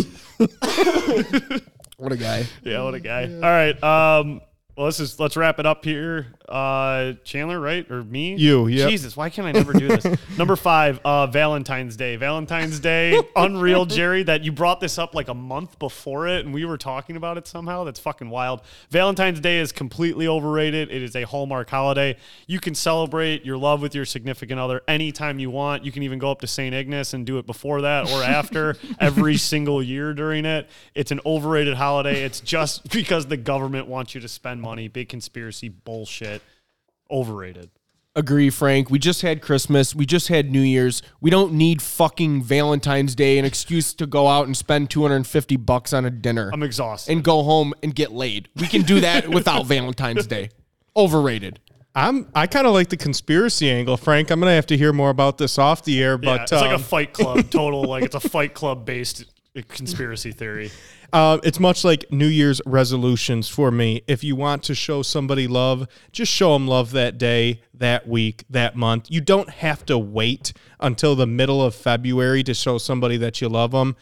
S5: what a guy.
S4: Yeah, what a guy. All right. Um, well, this is let's wrap it up here. uh, Chandler, right? Or me?
S6: You, yep.
S4: Jesus, why can't I never do this? Number five, uh, Valentine's Day. Valentine's Day, unreal, Jerry, that you brought this up like a month before it and we were talking about it somehow. That's fucking wild. Valentine's Day is completely overrated. It is a Hallmark holiday. You can celebrate your love with your significant other anytime you want. You can even go up to St. Ignace and do it before that or after every single year during it. It's an overrated holiday. It's just because the government wants you to spend money. Big conspiracy bullshit. Overrated.
S5: Agree, Frank. We just had Christmas. We just had New Year's. We don't need fucking Valentine's Day an excuse to go out and spend 250 bucks on a dinner
S4: I'm exhausted.
S5: and go home and get laid. We can do that without Valentine's Day. Overrated.
S6: I'm I kind of like the conspiracy angle, Frank. I'm gonna have to hear more about this off the air,
S4: Yeah,
S6: but
S4: it's like
S6: um,
S4: a fight club total. like it's a fight club based uh, conspiracy theory.
S6: Uh, it's much like New Year's resolutions for me. If you want to show somebody love, just show them love that day, that week, that month. You don't have to wait until the middle of February to show somebody that you love them.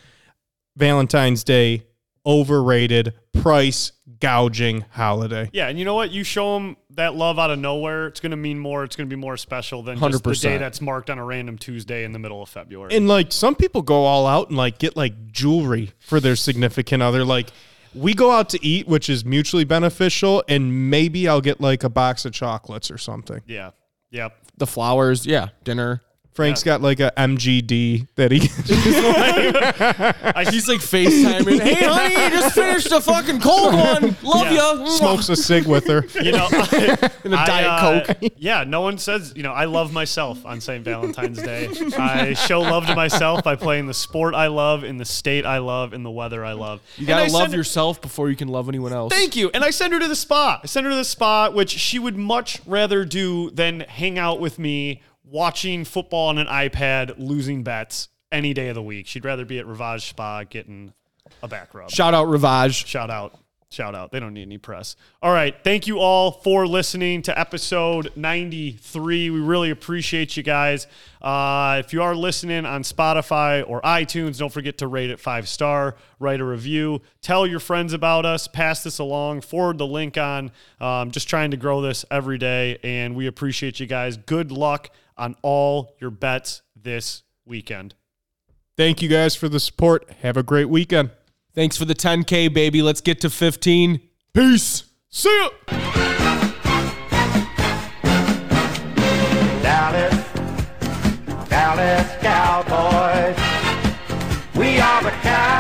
S6: Valentine's Day, overrated, price gouging holiday.
S4: Yeah, and you know what? You show them that love out of nowhere, it's going to mean more. It's going to be more special than just the
S5: 100%.
S4: day that's marked on a random Tuesday in the middle of February.
S6: And like some people go all out and like get like jewelry for their significant other. Like we go out to eat, which is mutually beneficial, and maybe I'll get like a box of chocolates or something.
S4: yeah, yeah.
S5: The flowers, yeah, dinner.
S6: Frank's got like a MGD that he.
S5: He's like FaceTiming. Hey, honey, I just finished a fucking cold one. Love
S4: Yeah.
S5: ya.
S6: smokes a cig with her.
S4: You know, I-
S5: And a
S4: I,
S5: Diet
S4: uh,
S5: Coke.
S4: yeah, no one says, you know, I love myself on St. Valentine's Day. I show love to myself by playing the sport I love, in the state I love, in the weather I love.
S5: You gotta
S4: And I
S5: love
S4: send-
S5: yourself before you can love anyone else.
S4: Thank you. And I send her to the spa. I send her to the spa, which she would much rather do than hang out with me watching football on an iPad, losing bets any day of the week. She'd rather be at Rivage Spa getting a back rub.
S5: Shout out Ravage.
S4: Shout out. Shout out. They don't need any press. All right. Thank you all for listening to episode 93. We really appreciate you guys. Uh, if you are listening on Spotify or iTunes, don't forget to rate it five star, write a review, tell your friends about us, pass this along, forward the link on. Um, just trying to grow this every day. And we appreciate you guys. Good luck on all your bets this weekend.
S6: Thank you guys for the support. Have a great weekend.
S5: Thanks for the 10K, baby. Let's get to 15. Peace. See ya.
S8: Dallas, Dallas Cowboys. We are the Cowboys.